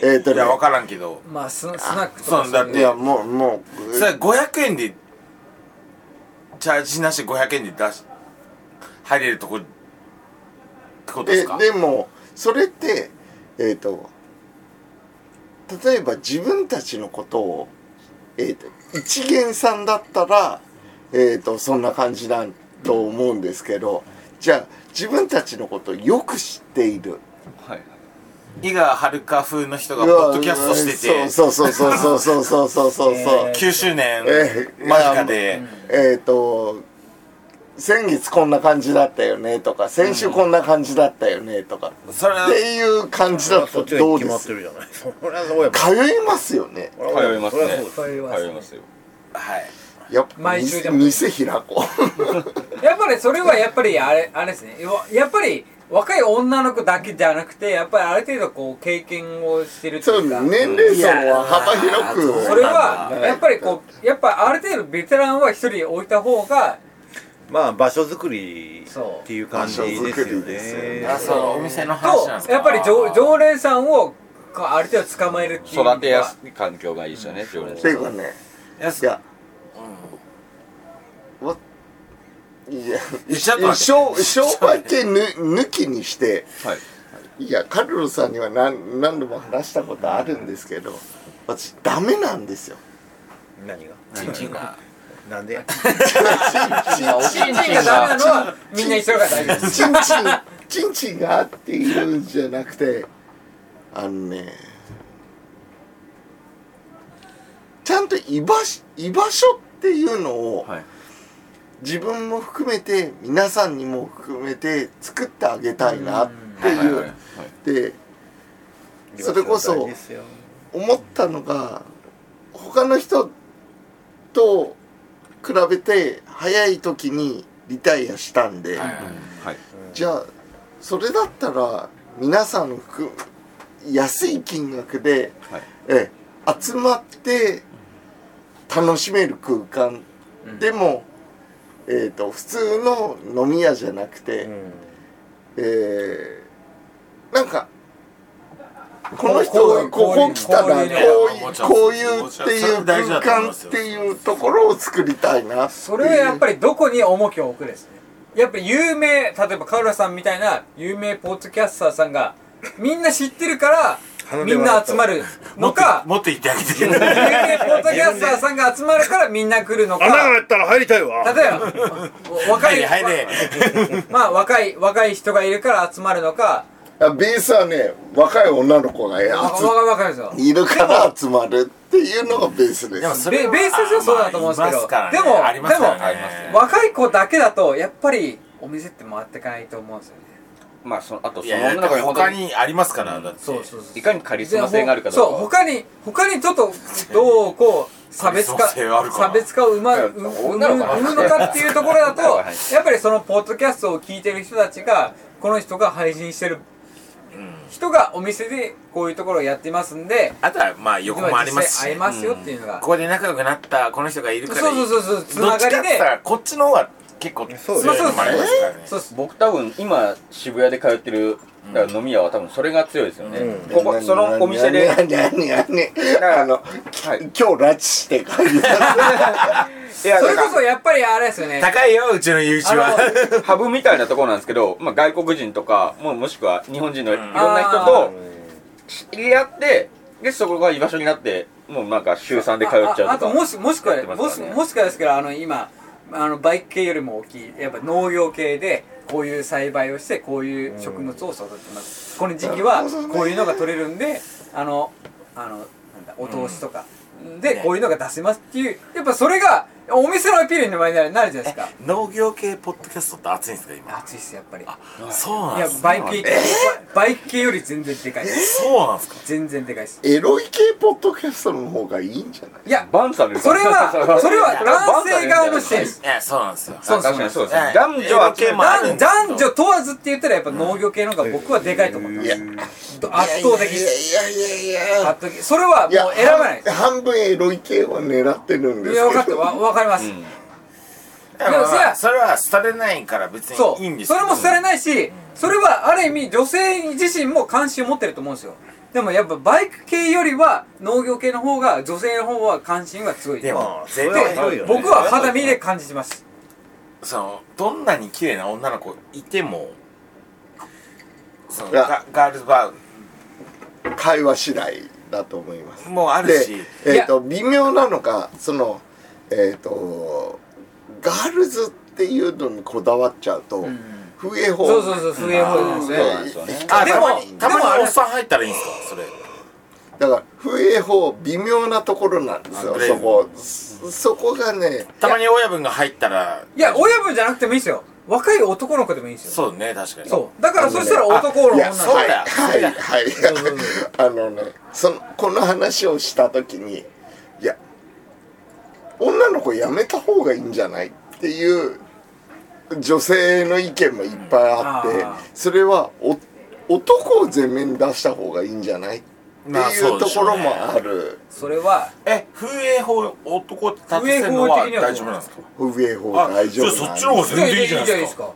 Speaker 5: えっ、と
Speaker 2: いや分
Speaker 5: ね
Speaker 2: からんけど
Speaker 3: まあススナックと
Speaker 2: そうだ
Speaker 3: か
Speaker 2: っ
Speaker 5: い
Speaker 2: て
Speaker 5: やもうもう
Speaker 2: それ500円でチャージなしで500円で出し入れるとこってことです
Speaker 5: で
Speaker 2: か
Speaker 5: でもそれってえっ、と例えば自分たちのことを、えー、と一元さんだったら、えー、とそんな感じだと思うんですけどじゃあ自分たちのことをよく知っている。
Speaker 4: はい
Speaker 2: 井川遥風の人がポッドキャストしてて
Speaker 5: そうそうそうそうそうそうそうそうそう そう。
Speaker 2: 9周年
Speaker 5: ええ
Speaker 2: 間近で
Speaker 5: えっ、と先月こんな感じだったよねとか先週こんな感じだったよねとか、
Speaker 2: それ
Speaker 5: っていう感じだった
Speaker 6: そ
Speaker 5: ら
Speaker 6: っちが
Speaker 5: どう
Speaker 6: 決
Speaker 5: で
Speaker 6: まっ
Speaker 5: す
Speaker 6: てるじゃない そりゃそうや
Speaker 5: 通いますよね
Speaker 6: そりゃ
Speaker 4: 通います
Speaker 6: そりゃそう
Speaker 4: ね
Speaker 6: だ
Speaker 3: そういうわ
Speaker 4: 通いますよ
Speaker 2: はい
Speaker 5: やっぱ
Speaker 3: 毎週でも
Speaker 5: 店店開こ
Speaker 3: やっぱりそれはやっぱりあれあれですねわやっぱり若い女の子だけじゃなくてやっぱりある程度こう経験をしてる
Speaker 5: う
Speaker 3: って
Speaker 5: そ
Speaker 3: いう
Speaker 5: う
Speaker 3: か
Speaker 5: 年齢層は幅広
Speaker 2: いや
Speaker 5: く
Speaker 2: ー
Speaker 3: それはやっぱりこうやっぱある程度ベテランは一人置いた方が
Speaker 6: まあ場所作りっていう感じ
Speaker 5: そう
Speaker 6: ですよ
Speaker 5: 場所作りですよね
Speaker 2: あ
Speaker 6: ね
Speaker 2: そうお店の話なんです
Speaker 3: と
Speaker 2: か
Speaker 3: やっぱり常常連さんをこうある程度捕まえるっていう意味
Speaker 4: 育て
Speaker 3: では
Speaker 4: やすい環境がいいですよね常連
Speaker 5: っ
Speaker 4: さ
Speaker 5: てい
Speaker 4: ん
Speaker 5: うかね
Speaker 2: やす
Speaker 5: いや、わいや
Speaker 2: いやちょっと待って
Speaker 5: 商商売系ぬ抜きにして
Speaker 4: はい
Speaker 5: いやカルロさんには何何度も話したことあるんですけど私ダメなんですよ
Speaker 6: 何が
Speaker 2: チンチンが
Speaker 6: なんでや
Speaker 3: チンチンがダメなのはみんな一緒が大事です
Speaker 5: チンチンチンチンがあっているんじゃなくてあのねちゃんと居場所居場所っていうのを
Speaker 4: はい
Speaker 5: 自分も含めて皆さんにも含めて作ってあげたいなって
Speaker 4: はい
Speaker 5: い
Speaker 4: はいう
Speaker 5: でそれこそ思ったのが他の人と比べて早い時にリタイアしたんで、
Speaker 4: はい
Speaker 5: じゃあそれだったら皆さんの含む安い金額で、
Speaker 4: はい
Speaker 5: ええ集まって楽しめる空間、
Speaker 3: うん
Speaker 5: でも、えー、と普通の飲み屋じゃなくて、えーなんかこの人が
Speaker 3: こ
Speaker 5: こ
Speaker 3: ういう
Speaker 5: こ来たらこう
Speaker 3: こういう
Speaker 5: いうこういうっていう空間っていうところを作りたいなっていう
Speaker 3: それはやっぱりどこに重きを置くですねやっぱ有名例えばカウラさんみたいな有名ポッドキャスターさんがみんな知ってるから
Speaker 6: 鼻
Speaker 3: み
Speaker 6: で
Speaker 3: ん
Speaker 6: 笑った
Speaker 3: な集まるのか
Speaker 2: もっと言ってあげて
Speaker 3: 有名ポッドキャスターさんが集まるからみんな来るの
Speaker 6: 穴が
Speaker 3: か
Speaker 6: やったら入りたいわ
Speaker 3: 例えばお若
Speaker 2: はい
Speaker 3: い
Speaker 2: ねはいね
Speaker 3: まあ若い若い人がいるから集まるのか
Speaker 5: あベースはね若い女の子が集
Speaker 3: 若い若いですよ
Speaker 5: いるから集まるっていうのがベースで
Speaker 2: でも
Speaker 5: す
Speaker 2: それは
Speaker 3: ベベースはそうだと思うんですけど
Speaker 2: まあいますからね
Speaker 3: でも
Speaker 2: ありますからね
Speaker 3: でもありますね若い子だけだとやっぱりお店って回っていかないと思うんですよね
Speaker 4: まあそのあとそ
Speaker 2: い
Speaker 4: の女
Speaker 2: やい
Speaker 4: の
Speaker 2: やだ
Speaker 4: 子に
Speaker 2: か
Speaker 4: 本
Speaker 2: ら
Speaker 4: 当
Speaker 2: 他
Speaker 4: に
Speaker 2: にありますからだって
Speaker 3: そうそう
Speaker 4: いかにカリスマ性があるか
Speaker 3: そう
Speaker 4: どうか
Speaker 3: 他に他にちょっとどうこう差別
Speaker 2: カ
Speaker 3: 化
Speaker 2: リスマ性はあるかな
Speaker 3: 差別化を生まう生む
Speaker 4: 女の子なんだね
Speaker 3: 生むのかっていうところだ と
Speaker 4: はい
Speaker 3: やっぱりそのポッドキャストを聞いてる人たちがこの人が配信してる人がお店でこういうところをやってますんで
Speaker 2: あとはまあ横もあります
Speaker 3: 実際会
Speaker 2: し
Speaker 3: えますよっていうのが、
Speaker 2: ここで仲良くなったこの人がいるから
Speaker 3: そうそうそうそうつながりで
Speaker 2: どっちかって言ったらこっちの方が結構
Speaker 6: そう
Speaker 2: 強いのもありますからね
Speaker 3: そうっす
Speaker 4: 僕多分今渋谷で通ってるだから飲み屋は多分それが強いですよね、
Speaker 6: う
Speaker 4: ここそのお店で
Speaker 5: 何何何
Speaker 4: ら
Speaker 5: あの
Speaker 4: はい
Speaker 5: 今日拉致して帰り
Speaker 4: いや
Speaker 3: そ
Speaker 4: だ
Speaker 3: れ
Speaker 4: か
Speaker 3: こそやっぱりあれですよね
Speaker 2: 高いようちの友人は
Speaker 4: らハブみたいなところなんですけど、まあ、外国人とかもうもしくは日本人のいろんな人
Speaker 3: あ
Speaker 4: と知り合ってでそこが居場所になってもうなんか週3で通っちゃうとか
Speaker 3: あああともしもしくは、
Speaker 4: やって
Speaker 3: も
Speaker 4: ま
Speaker 3: し
Speaker 4: すからね
Speaker 3: もしくはですけどあの今あのバイク系よりも大きいやっぱ農業系でこういう栽培をしてこういう植物を育てます、この時期はこういうのが取れるんであのあのなんだお通しとか、でこういうのが出せますっていうやっぱそれがお店のアピールにもなるなるじゃないですか
Speaker 2: 農業系ポッドキャストって熱いんですか今
Speaker 3: 熱いっすやっぱりい
Speaker 2: そうなん
Speaker 3: や
Speaker 2: ですか
Speaker 3: バイク系、バイク系より全然でかいです
Speaker 2: そうなんですか
Speaker 3: 全然でかいです
Speaker 5: エロい系ポッドキャストの方がいいんじゃない
Speaker 3: いや
Speaker 4: バンされる
Speaker 3: それ はそれは男性側の視点です
Speaker 2: いやそうなんですよ
Speaker 3: そう
Speaker 4: 確かにそうですね
Speaker 2: はい
Speaker 4: 男女は
Speaker 2: 系もあ
Speaker 3: 男
Speaker 2: るんですけど
Speaker 3: 男女問わずって言ったらやっぱ農業系の方が僕はでかいと思う、
Speaker 5: いや
Speaker 3: 圧倒的
Speaker 5: いやいやいやいや
Speaker 3: 圧倒的それはもう
Speaker 5: いや
Speaker 3: 選ばないで
Speaker 5: 半分エロい系は狙ってるんです
Speaker 3: い
Speaker 5: すけ
Speaker 3: や
Speaker 5: ど
Speaker 3: 分かってわ分かります、
Speaker 2: でもまあそれは廃れないから別
Speaker 3: そ
Speaker 2: に
Speaker 3: う
Speaker 2: いいんです
Speaker 3: そ
Speaker 2: け
Speaker 3: れ
Speaker 2: ど
Speaker 3: もされないしそれはある意味女性自身も関心を持ってると思うんですよでもやっぱバイク系よりは農業系の方が女性の方は関心が強い
Speaker 2: でも
Speaker 6: あ
Speaker 2: 絶
Speaker 6: それ
Speaker 2: 対
Speaker 6: は強いよね
Speaker 3: 僕は肌身で感じてます
Speaker 2: そのどんなに綺麗な女の子いてもその
Speaker 5: いや
Speaker 2: ガガールズバ
Speaker 5: 会話次第だと思います
Speaker 2: ーもある
Speaker 5: で
Speaker 2: し、
Speaker 5: えー、と微妙なのがそのえっ、とガールズっていうのにこだわっちゃうと、笛法
Speaker 3: そうそうそう不衛法なんですね
Speaker 4: なんですよね
Speaker 2: あ
Speaker 3: で
Speaker 2: で
Speaker 3: も
Speaker 2: もたま
Speaker 3: でもあ
Speaker 2: に
Speaker 3: れ
Speaker 2: おっさん入ったらいいんですかそれ
Speaker 5: だから笛法微妙なところなんですよ
Speaker 2: あ
Speaker 5: そこそそこがね
Speaker 2: たまに親分が入ったら
Speaker 3: いや親分じゃなくてもいいですよ若い男の子でもいいんですよ
Speaker 2: そうね確かに
Speaker 3: そうだからそしたら男の女の
Speaker 5: いや
Speaker 3: 子
Speaker 2: そうだ
Speaker 5: はいはいはい
Speaker 3: そうそうそ
Speaker 5: あのねそのこの話をした時にいや女の子やめた方がいいんじゃないっていう女性の意見もいっぱいあって、
Speaker 3: うんあー
Speaker 5: それはお男を前面に出した方がいいんじゃないって
Speaker 2: まあ
Speaker 5: い
Speaker 2: そううで
Speaker 5: と
Speaker 2: し
Speaker 5: こ
Speaker 2: ょうね
Speaker 5: ろもある
Speaker 3: それは
Speaker 2: え風営法男立てせる
Speaker 3: 風営法
Speaker 2: の
Speaker 3: 的
Speaker 2: は
Speaker 3: にはどう
Speaker 2: 大丈夫なんですか
Speaker 5: 上法
Speaker 2: あ
Speaker 5: 大丈夫
Speaker 2: じゃあそ
Speaker 5: な
Speaker 2: っ
Speaker 5: ん
Speaker 2: ち
Speaker 5: で
Speaker 2: の方が全然いいじゃないですか
Speaker 3: か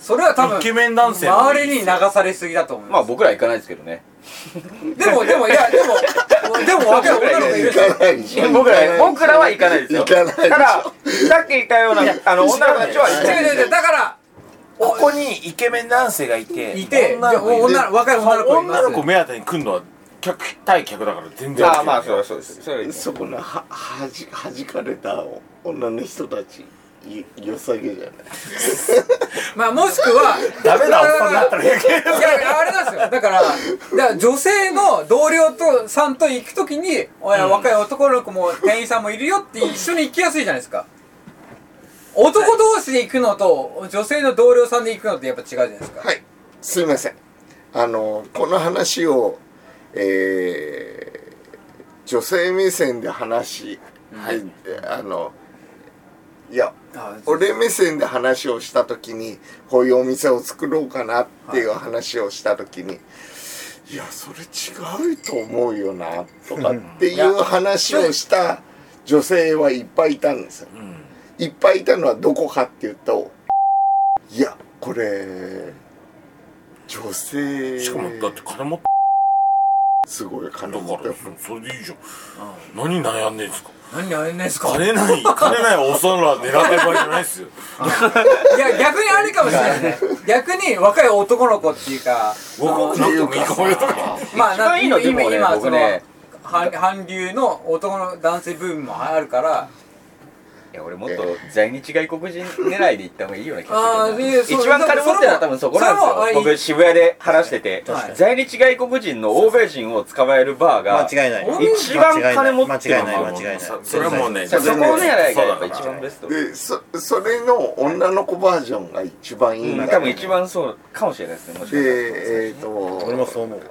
Speaker 3: それは多分
Speaker 2: イケメン男性
Speaker 3: 周りに流されすぎだと思い
Speaker 4: まあ
Speaker 3: ます、
Speaker 4: 僕ら行かないですけどね
Speaker 3: でもでもいやでもでも若い女の子いるし
Speaker 5: 行かないでしょ
Speaker 4: 僕ら僕らは行かないですよ
Speaker 5: 行かないでしょ
Speaker 4: たださっき言ったようなあの女の子たちは
Speaker 3: 違
Speaker 4: 行
Speaker 3: う
Speaker 4: かない
Speaker 3: 違う違うだから
Speaker 2: ここにイケメン男性がいて
Speaker 3: いて
Speaker 2: 女の子
Speaker 3: 女の若い女の子います
Speaker 2: 女の子目当てに来るのは客対客だから全然
Speaker 4: ああまあそうですそうですそれはいいです
Speaker 5: そこのははじはじかれた女の人たちい良さげじゃない
Speaker 3: まあもしくは
Speaker 2: ダメなおっさんになったらいけない
Speaker 3: いやいやあれなんですよだからだから女性の同僚とさんと行くときにおい若い男の子も店員さんもいるよって一緒に行きやすいじゃないですか男同士で行くのと女性の同僚さんで行くのってやっぱ違うじゃないですか
Speaker 5: はいすいませんあのこの話を、えー女性目線で話し、はいあのいや
Speaker 3: あー
Speaker 5: 俺目線で話をした時にこういうお店を作ろうかなっていう話をした時に、い、やそれ違うと思うよなとかっていう話をした女性はいっぱいいたんですよ。いっぱいいたのはどこかっていうといやこれ女性
Speaker 7: しかもだって金持って
Speaker 5: すごい金
Speaker 7: だ
Speaker 5: 持っ
Speaker 7: か
Speaker 5: て
Speaker 7: らそれでいいじゃん何悩んでんですか
Speaker 3: 何やれないですか
Speaker 7: 金ない 金ないお空狙ってる場合じゃないっすよ
Speaker 3: いや逆にあれかもしれないね逆に若い男の子っていうか
Speaker 7: 僕なんともいいかもよとか
Speaker 3: まあな
Speaker 4: 一番いいのでも
Speaker 3: 今
Speaker 4: ね
Speaker 3: 今そ
Speaker 4: 僕
Speaker 3: の
Speaker 4: ね
Speaker 3: 韓韓流の男の男性ブームもあるから
Speaker 4: いや俺もっと在日外国人狙いで行った方がいいような気
Speaker 3: あ
Speaker 4: が
Speaker 3: ー
Speaker 4: する
Speaker 3: でそ
Speaker 4: けどな一番金持ってるのは多分そこなんです
Speaker 3: それもあいい
Speaker 4: よ僕渋谷で話してて
Speaker 3: 確かに
Speaker 4: 在日外国人の欧米人を捕まえるバーが
Speaker 6: 間違いない
Speaker 4: 一番金持ってる
Speaker 6: 間違いない間違いない
Speaker 7: そそれはもうね
Speaker 4: そこを狙い
Speaker 7: そ
Speaker 4: が
Speaker 7: う
Speaker 4: や
Speaker 7: だ
Speaker 4: っ
Speaker 7: か
Speaker 4: ぱ
Speaker 7: ら
Speaker 4: 一番ベスト
Speaker 5: でそそれの女の子バージョンが一番いいん
Speaker 4: うん
Speaker 5: だ
Speaker 4: 多分一番そうかもしれないですねもしかしたら
Speaker 5: でえっ、と
Speaker 6: 俺もそう思うわ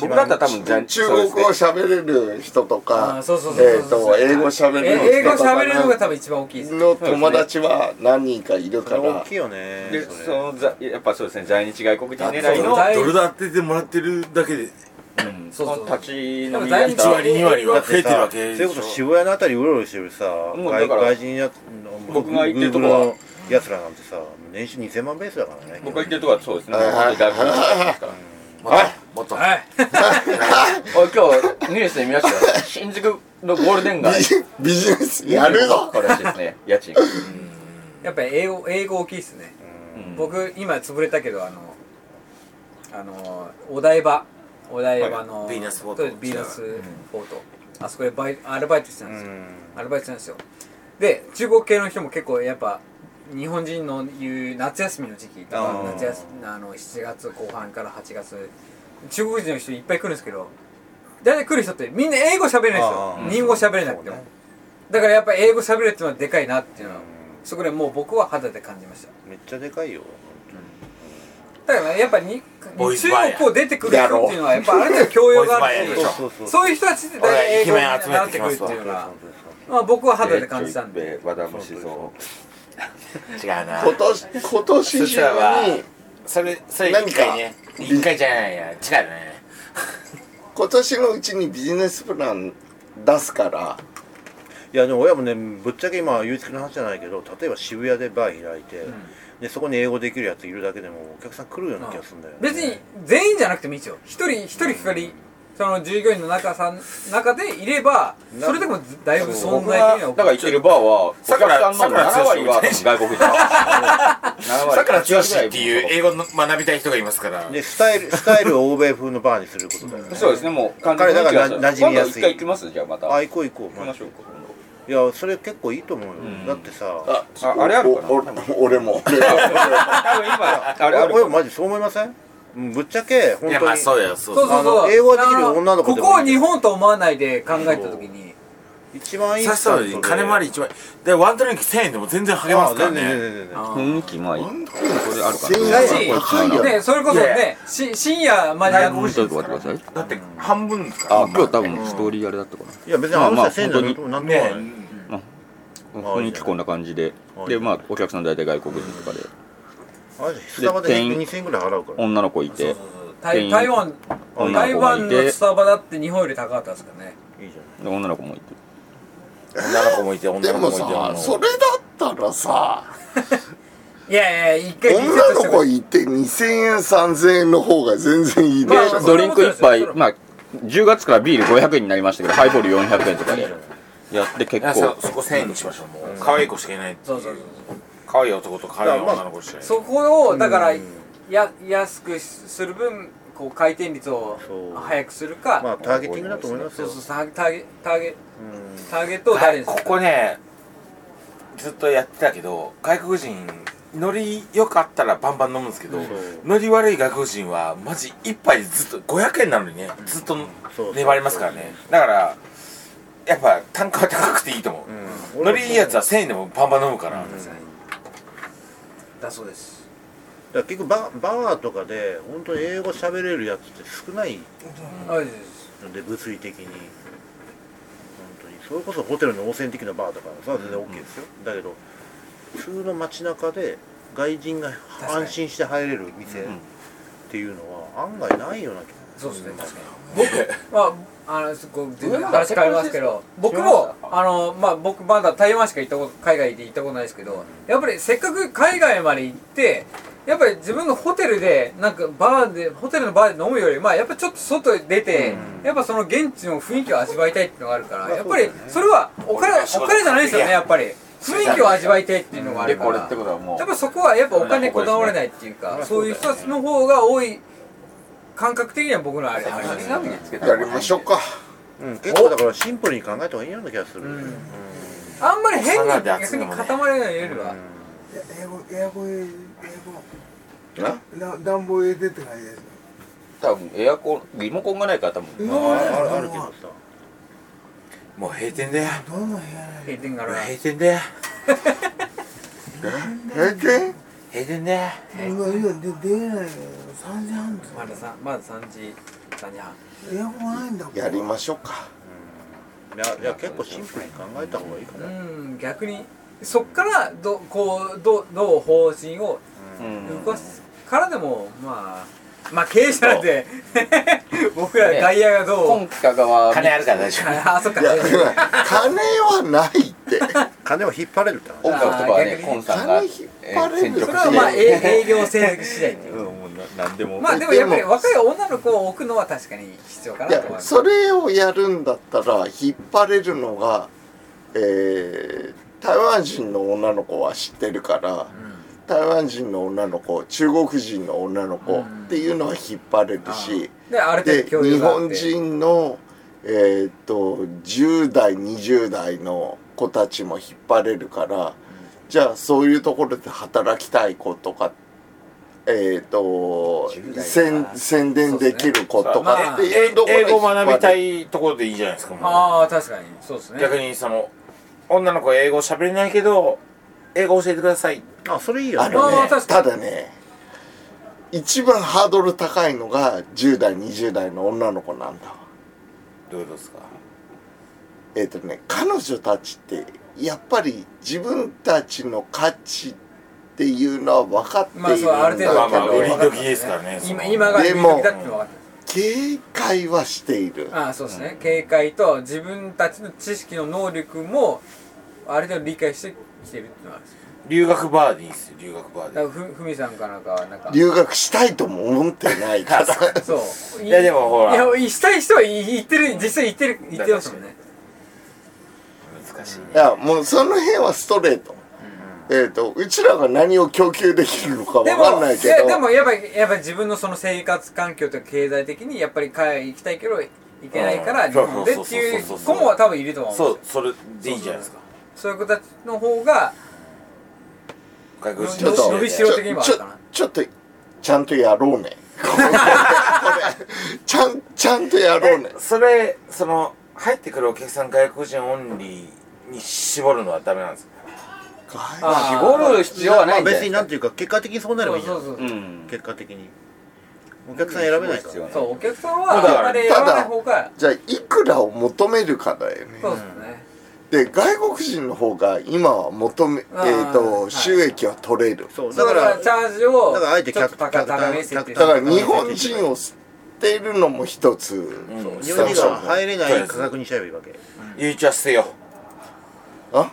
Speaker 4: 僕だったら多分在
Speaker 5: 中国語喋れる人と
Speaker 3: あ
Speaker 5: か、
Speaker 3: ーそうそうそうそう
Speaker 5: えっと英語喋
Speaker 3: え
Speaker 5: れる
Speaker 3: 英語
Speaker 5: 人とか
Speaker 3: 喋れるのが多分一番大きいです
Speaker 5: の友達は何人かいる
Speaker 6: そ
Speaker 5: か
Speaker 6: れ
Speaker 5: ら
Speaker 6: 大きいよね
Speaker 4: で
Speaker 6: それ
Speaker 4: そのざやっぱそうですね在日外国人狙いの
Speaker 3: 在
Speaker 7: ドルだっててもらってるだけで
Speaker 3: そうそう
Speaker 4: 立ち飲み
Speaker 3: 在
Speaker 4: やっ
Speaker 3: 日
Speaker 7: 1
Speaker 4: たら
Speaker 7: 割2割は増えてるわ
Speaker 6: そ
Speaker 7: け
Speaker 6: れ
Speaker 7: で
Speaker 6: こそ
Speaker 7: しょ
Speaker 6: 渋谷のあたりうろうろしてるさ
Speaker 4: もうだ
Speaker 6: 外
Speaker 4: から
Speaker 6: 外人や
Speaker 4: 僕が行ってるとこは
Speaker 6: やつらなんてさ年収2000万ベースだからね
Speaker 4: 僕が言ってるとこはそうですね
Speaker 5: はいはい
Speaker 4: 本当に大学生ですから
Speaker 7: もっと
Speaker 3: はい
Speaker 4: おい今日ニュースで見ましたよ新宿のゴールデン 街
Speaker 5: ビジネスやるぞ
Speaker 4: これですね家賃
Speaker 3: やっぱり英語英語大きいですね
Speaker 4: うん
Speaker 3: 僕今潰れたけどあのあのお台場お台場の、
Speaker 7: はいヴィーナスフォート
Speaker 3: そうヴィーナスフォートあそこでバイアルバイトしてたんですよアルバイトしてたんですよで中国系の人も結構やっぱ日本人の言う夏休みの時期とか
Speaker 6: あー
Speaker 3: 夏休みあの7月後半から8月中国人の人いっぱい来るんですけど大体来る人ってみんな英語喋れないんですよ
Speaker 6: あー
Speaker 3: 日本語喋れなくても、
Speaker 6: そうね
Speaker 3: だからやっぱ英語喋るっていうのはでかいなっていうのはそこでもう僕は肌で感じました
Speaker 6: めっちゃでかいよ
Speaker 3: だからやっぱり
Speaker 7: ボイ
Speaker 3: 中
Speaker 7: スバイヤー
Speaker 3: 国を出てくる人っていうのはやっぱある程度教養があ
Speaker 7: ボイ
Speaker 3: る
Speaker 7: スバイヤー
Speaker 3: し
Speaker 7: でしょ
Speaker 6: そうそう
Speaker 3: そういう人たちって大体英語に
Speaker 7: 俺イケメン
Speaker 3: なっ
Speaker 7: 集
Speaker 3: てくる
Speaker 7: め
Speaker 3: って
Speaker 7: きますわ
Speaker 3: ていうのは
Speaker 6: そうそうそう
Speaker 3: まあ僕は肌で感じたんで
Speaker 4: で和田虫像
Speaker 7: 違うな
Speaker 5: 今年今
Speaker 2: そ
Speaker 5: 年
Speaker 2: し
Speaker 5: 中
Speaker 2: たら
Speaker 5: に
Speaker 2: それそれ
Speaker 5: 何
Speaker 2: 一
Speaker 5: か
Speaker 2: 回ね一回じゃないや違うね
Speaker 5: 今年のうちにビジネスプラン出すから
Speaker 6: いやでも親もねぶっちゃけ今ゆうつきの話じゃないけど例えば渋谷でバー開いて、でそこに英語できるやついるだけでもお客さん来るような気がするんだよ、ね、
Speaker 3: 別に全員じゃなくてもいいですよ一人一人一人その従業員の中さん中でいればそれでもだいぶ存
Speaker 4: 僕
Speaker 3: 在
Speaker 4: が
Speaker 3: 的に
Speaker 4: だ
Speaker 3: は
Speaker 4: から行ってるバーはお客さんの7割は外国人
Speaker 7: さくら剛
Speaker 4: 7割
Speaker 7: っていう英語の学びたい人がいますから
Speaker 6: でスタ イルスタイルを欧米風のバーにすることだよね
Speaker 4: そうですねもう完
Speaker 6: 彼だからな馴染みや
Speaker 4: 今度
Speaker 6: す
Speaker 4: 一
Speaker 6: い
Speaker 4: 回行きますじゃあまた
Speaker 6: あ
Speaker 4: 行
Speaker 6: 行こう行こう、
Speaker 4: きましょうか
Speaker 6: いやそれ結構いいと思うよ、だってさ
Speaker 5: あ
Speaker 4: ああれあるかな
Speaker 5: おお俺も俺も
Speaker 4: 多分今あれある
Speaker 6: 俺マジそう思いませんうんぶっちゃけ本当
Speaker 7: い
Speaker 6: に
Speaker 7: やまあそうやそう
Speaker 3: そうそうそ
Speaker 6: あの
Speaker 3: う
Speaker 6: 英語ができる女の子
Speaker 3: あ
Speaker 6: で
Speaker 3: こ
Speaker 6: も
Speaker 3: こを日本と思わないで考えた時に
Speaker 6: 一番いい
Speaker 7: さっさと金回り一枚でワンドリンク1000円でも全然
Speaker 6: あ
Speaker 7: 励ますから
Speaker 6: 全然
Speaker 7: ね
Speaker 6: 全然全然
Speaker 3: あー
Speaker 4: 雰囲気まあいいこれあるか
Speaker 5: 全員
Speaker 4: な
Speaker 3: だ
Speaker 5: 全員
Speaker 3: し
Speaker 5: 全員
Speaker 3: ねそれこそねし深夜までやる
Speaker 4: もうちょっと待ってください
Speaker 7: だって半分ですから
Speaker 4: あ今日多分ストーリーあれだったかない
Speaker 6: や別に
Speaker 4: ま
Speaker 6: あ
Speaker 4: あ
Speaker 6: の
Speaker 4: まあ
Speaker 6: 人せんじゃなんともなんともない、
Speaker 7: ね
Speaker 4: 雰囲気こんな感じで
Speaker 6: はい
Speaker 4: でまあお客さん大体外国人とかで
Speaker 6: マジスタバで
Speaker 4: 店員
Speaker 6: 2000円ぐらい払うから
Speaker 4: 女の子いて店
Speaker 3: 台
Speaker 4: 員
Speaker 3: 台湾
Speaker 4: 女
Speaker 3: 台
Speaker 4: の子がい
Speaker 3: 湾の
Speaker 4: て
Speaker 3: スタバだって日本より高かったですかね
Speaker 6: いいじゃない
Speaker 4: で女の子もいて
Speaker 2: 女の子もいて
Speaker 5: で
Speaker 2: 女の
Speaker 5: も
Speaker 2: 子もいて
Speaker 5: さ
Speaker 2: う
Speaker 5: それだったらさ
Speaker 3: いやいや一回リセッ
Speaker 5: 女
Speaker 3: トし
Speaker 5: の
Speaker 3: て
Speaker 5: 子いて2000円3000円の方が全然いいでし
Speaker 3: まあそ
Speaker 5: ょ
Speaker 3: う
Speaker 4: ドリンク一杯
Speaker 3: そうそう
Speaker 4: まあ10月からビール500円になりましたけどハイボール400円とかでやって結
Speaker 2: いやさ
Speaker 4: 構
Speaker 2: そこ1000円にしましょうもう可愛い子しかいない
Speaker 3: そうそうそう
Speaker 2: 可愛い男と可愛い女の子しかいない
Speaker 3: そこをだからや安くする分こう回転率を
Speaker 6: そう
Speaker 3: 早くするか、
Speaker 6: まあターゲティングだと思います
Speaker 3: そう
Speaker 6: よ
Speaker 3: そうターゲターゲターゲ
Speaker 6: うん
Speaker 3: ターゲットを誰にする
Speaker 2: こ
Speaker 3: か、
Speaker 2: こねずっとやってたけど外国人ノリ良かったらバンバン飲むんですけど、
Speaker 6: そう
Speaker 2: ノリ悪い外国人はマジ一杯ずっと500円なのにねずっと
Speaker 6: そう
Speaker 2: 粘りますからねだからやっぱ単価は高くていいと思う、ノリいいやつは1000円でもバンバン飲むから、
Speaker 3: だそうです
Speaker 6: だから結局ババーとかで本当に英語喋れるやつって少ない
Speaker 3: あれです
Speaker 6: ので物理的に本当にそれこそホテルの温泉的なバーとかはさ全然 OK ですよ、だけど普通の街中で外人が
Speaker 3: かに
Speaker 6: 安心して入れる店っていうのは案外ないような気が
Speaker 3: そうですね確かに僕はあのすごい全然話変えますけど僕
Speaker 4: 知ら
Speaker 3: もあのまあ僕まだ台湾しか行ったこと海外で行ったことないですけどやっぱりせっかく海外まで行ってやっぱり自分のホテルでなんかバーでホテルのバーで飲むよりまあやっぱちょっと外へ出て、やっぱその現地の雰囲気を味わいたいっていうのがあるから、やっぱりそれはお金お金じゃないですよねやっぱり雰囲気を味わいたいっていうのがあ
Speaker 4: で
Speaker 3: るか
Speaker 4: これ
Speaker 3: ら
Speaker 4: ってことはも
Speaker 3: やっ
Speaker 4: う
Speaker 3: ぱそこはやっぱお金こだわれないっていうか、そういう人たちの方が多い感覚的には僕のあれあれですね。
Speaker 4: つけた
Speaker 5: やりましょうか
Speaker 6: うん、結構だからシンプルに考えた方がいいような気がする、
Speaker 3: うんあんまり変に
Speaker 7: 皿で集
Speaker 3: 逆
Speaker 7: め
Speaker 3: に
Speaker 7: もね
Speaker 3: 固まらないよりは、
Speaker 8: 英語英語英
Speaker 5: な
Speaker 8: 語な暖房入れてって感じです
Speaker 4: 多分エアコンリモコンがないから多分
Speaker 8: う
Speaker 6: あ
Speaker 8: わ
Speaker 6: あるあ
Speaker 8: ー
Speaker 6: るけどさ
Speaker 7: もう閉店だよ
Speaker 8: どんどん部屋ない
Speaker 3: 閉店がある
Speaker 7: 閉店だよ
Speaker 5: 閉店
Speaker 7: 閉店だよ
Speaker 8: もう今出出れないよ3時半です
Speaker 3: まださまだ3時3時半
Speaker 8: エアコンないんだもん
Speaker 5: やりましょうか
Speaker 6: いやいや結構シンプルに考えた方がいいかな、
Speaker 3: うん逆にそっからどこうどどう方針を動かすからでもまあまあ経営者なんで 僕ら外野がどう、
Speaker 4: 今企画は
Speaker 2: 金あるから大丈夫
Speaker 3: あそっか
Speaker 5: いや金はないって
Speaker 6: 金を引っ張れるって話
Speaker 4: 音楽とか
Speaker 3: あ
Speaker 4: はね
Speaker 3: ー逆に
Speaker 4: コンさん
Speaker 5: 金
Speaker 4: が
Speaker 5: 引っ張れる
Speaker 4: えー
Speaker 3: そ
Speaker 5: そ
Speaker 3: れは
Speaker 5: れは
Speaker 3: ま
Speaker 5: ま
Speaker 3: あ
Speaker 5: あ
Speaker 3: 営業成績次第っていう
Speaker 4: うんもうななんでも
Speaker 3: まあでもやっぱり若い女の子を置くのは確かに必要か
Speaker 5: い
Speaker 3: なと思い
Speaker 5: や
Speaker 3: ます
Speaker 5: それをやるんだったら引っ張れるのが、えー台湾人の女の子は知ってるから、台湾人の女の子中国人の女の子っていうのは引っ張れるし、
Speaker 3: である程
Speaker 5: で
Speaker 3: 度共有
Speaker 5: 日
Speaker 3: があっ
Speaker 5: 本
Speaker 3: て
Speaker 5: 人の、えーっと10代20代の子たちも引っ張れるから、じゃあそういうところで働きたい子とか。えー、と
Speaker 2: 10代
Speaker 5: 宣宣伝できる子とかっていう
Speaker 2: 英
Speaker 5: ところで
Speaker 2: 英
Speaker 5: 引
Speaker 2: 語
Speaker 5: っ張れる
Speaker 2: 学びたいところでいいじゃないですかもう
Speaker 3: ああ確かにそうですね
Speaker 2: 逆にその女の子英語喋れないけど英語教えてください
Speaker 6: あそれいいよ
Speaker 5: あ
Speaker 6: ね
Speaker 3: まあまあ
Speaker 5: のね
Speaker 3: 確かに
Speaker 5: ただね一番ハードル高いのが10代20代の女の子なんだわ
Speaker 2: どういうことですか
Speaker 5: えっ、とね彼女たちってやっぱり自分たちの価値っていうのは分かってい
Speaker 3: まあ
Speaker 5: るん
Speaker 3: そうあ
Speaker 5: だ
Speaker 3: る程度
Speaker 5: けど、
Speaker 2: まあ
Speaker 3: は
Speaker 2: まあ売り
Speaker 3: 分かって
Speaker 2: 時ですからねそ
Speaker 3: 今
Speaker 2: の
Speaker 3: 今が売り時だってのは分かって
Speaker 5: 警戒はしている
Speaker 3: るああそうですね警戒と自分たちの知識の能力もある程度理解してきてるってのはあるんですよ
Speaker 2: 留学バーでいいですよ留学バー
Speaker 3: だ
Speaker 2: で
Speaker 3: からふふみさんかなんかはなんか
Speaker 5: 留学したいとも思ってないから
Speaker 3: そうい
Speaker 2: いやでもほら
Speaker 3: いやしたい人は言ってる実際言ってる言ってますもんね
Speaker 2: 難しいね
Speaker 5: いやもうその辺はストレート、えっ、とうちらが何を供給できるのか分
Speaker 3: でも
Speaker 5: かんないけど
Speaker 3: やでもやっぱりやっぱり自分のその生活環境とか経済的にやっぱり海外行きたいけど行けないから
Speaker 2: うん
Speaker 3: 日本でっていう子も多分いると思うんです
Speaker 2: そ
Speaker 3: よ
Speaker 2: うそれでいいじゃないですか
Speaker 3: そういう子たちの方が
Speaker 2: 外国人
Speaker 5: ちょっと
Speaker 2: 教えて
Speaker 3: 伸びしろ的にもあるかな
Speaker 5: ちょちょちょっとちゃんとやろ うねこれちゃんちゃんとやろうね
Speaker 2: えそれその入ってくるお客さん外国人オンリーに絞るのはダメなんですか
Speaker 3: あー
Speaker 4: 絞る必要はないん
Speaker 6: ま
Speaker 4: じ
Speaker 6: あ
Speaker 4: ゃ
Speaker 6: 別
Speaker 4: ない
Speaker 6: になんていうか結果的にそうなれ
Speaker 3: そ
Speaker 6: ばいういじゃ
Speaker 3: そ
Speaker 6: ん
Speaker 3: うそう
Speaker 4: うん
Speaker 6: 結果的にお客さん選べないか
Speaker 4: 絞る必要
Speaker 6: ら
Speaker 4: は
Speaker 3: そうお客さん
Speaker 2: だか
Speaker 3: は
Speaker 2: ら
Speaker 3: あんまりやらない方が
Speaker 5: じゃあいくらを求めるかだよね
Speaker 3: そうですね
Speaker 5: で外国人の方が今は求め、え
Speaker 3: あー
Speaker 5: ー、
Speaker 3: は
Speaker 5: と
Speaker 3: い
Speaker 5: 収益は取れる
Speaker 6: そう
Speaker 3: だ
Speaker 6: だ
Speaker 3: か
Speaker 6: からら
Speaker 3: チャージを
Speaker 6: だからあえて
Speaker 3: ちょっと
Speaker 6: 客
Speaker 3: 高高め
Speaker 6: 客
Speaker 3: 設定
Speaker 5: だ
Speaker 6: 客
Speaker 5: から日本人を捨てるのも一つ、
Speaker 2: うん
Speaker 6: 日本人が入れない価
Speaker 2: そう
Speaker 6: 格にしちゃえばいいわけ
Speaker 2: ゆいちゃん捨てよ
Speaker 5: あ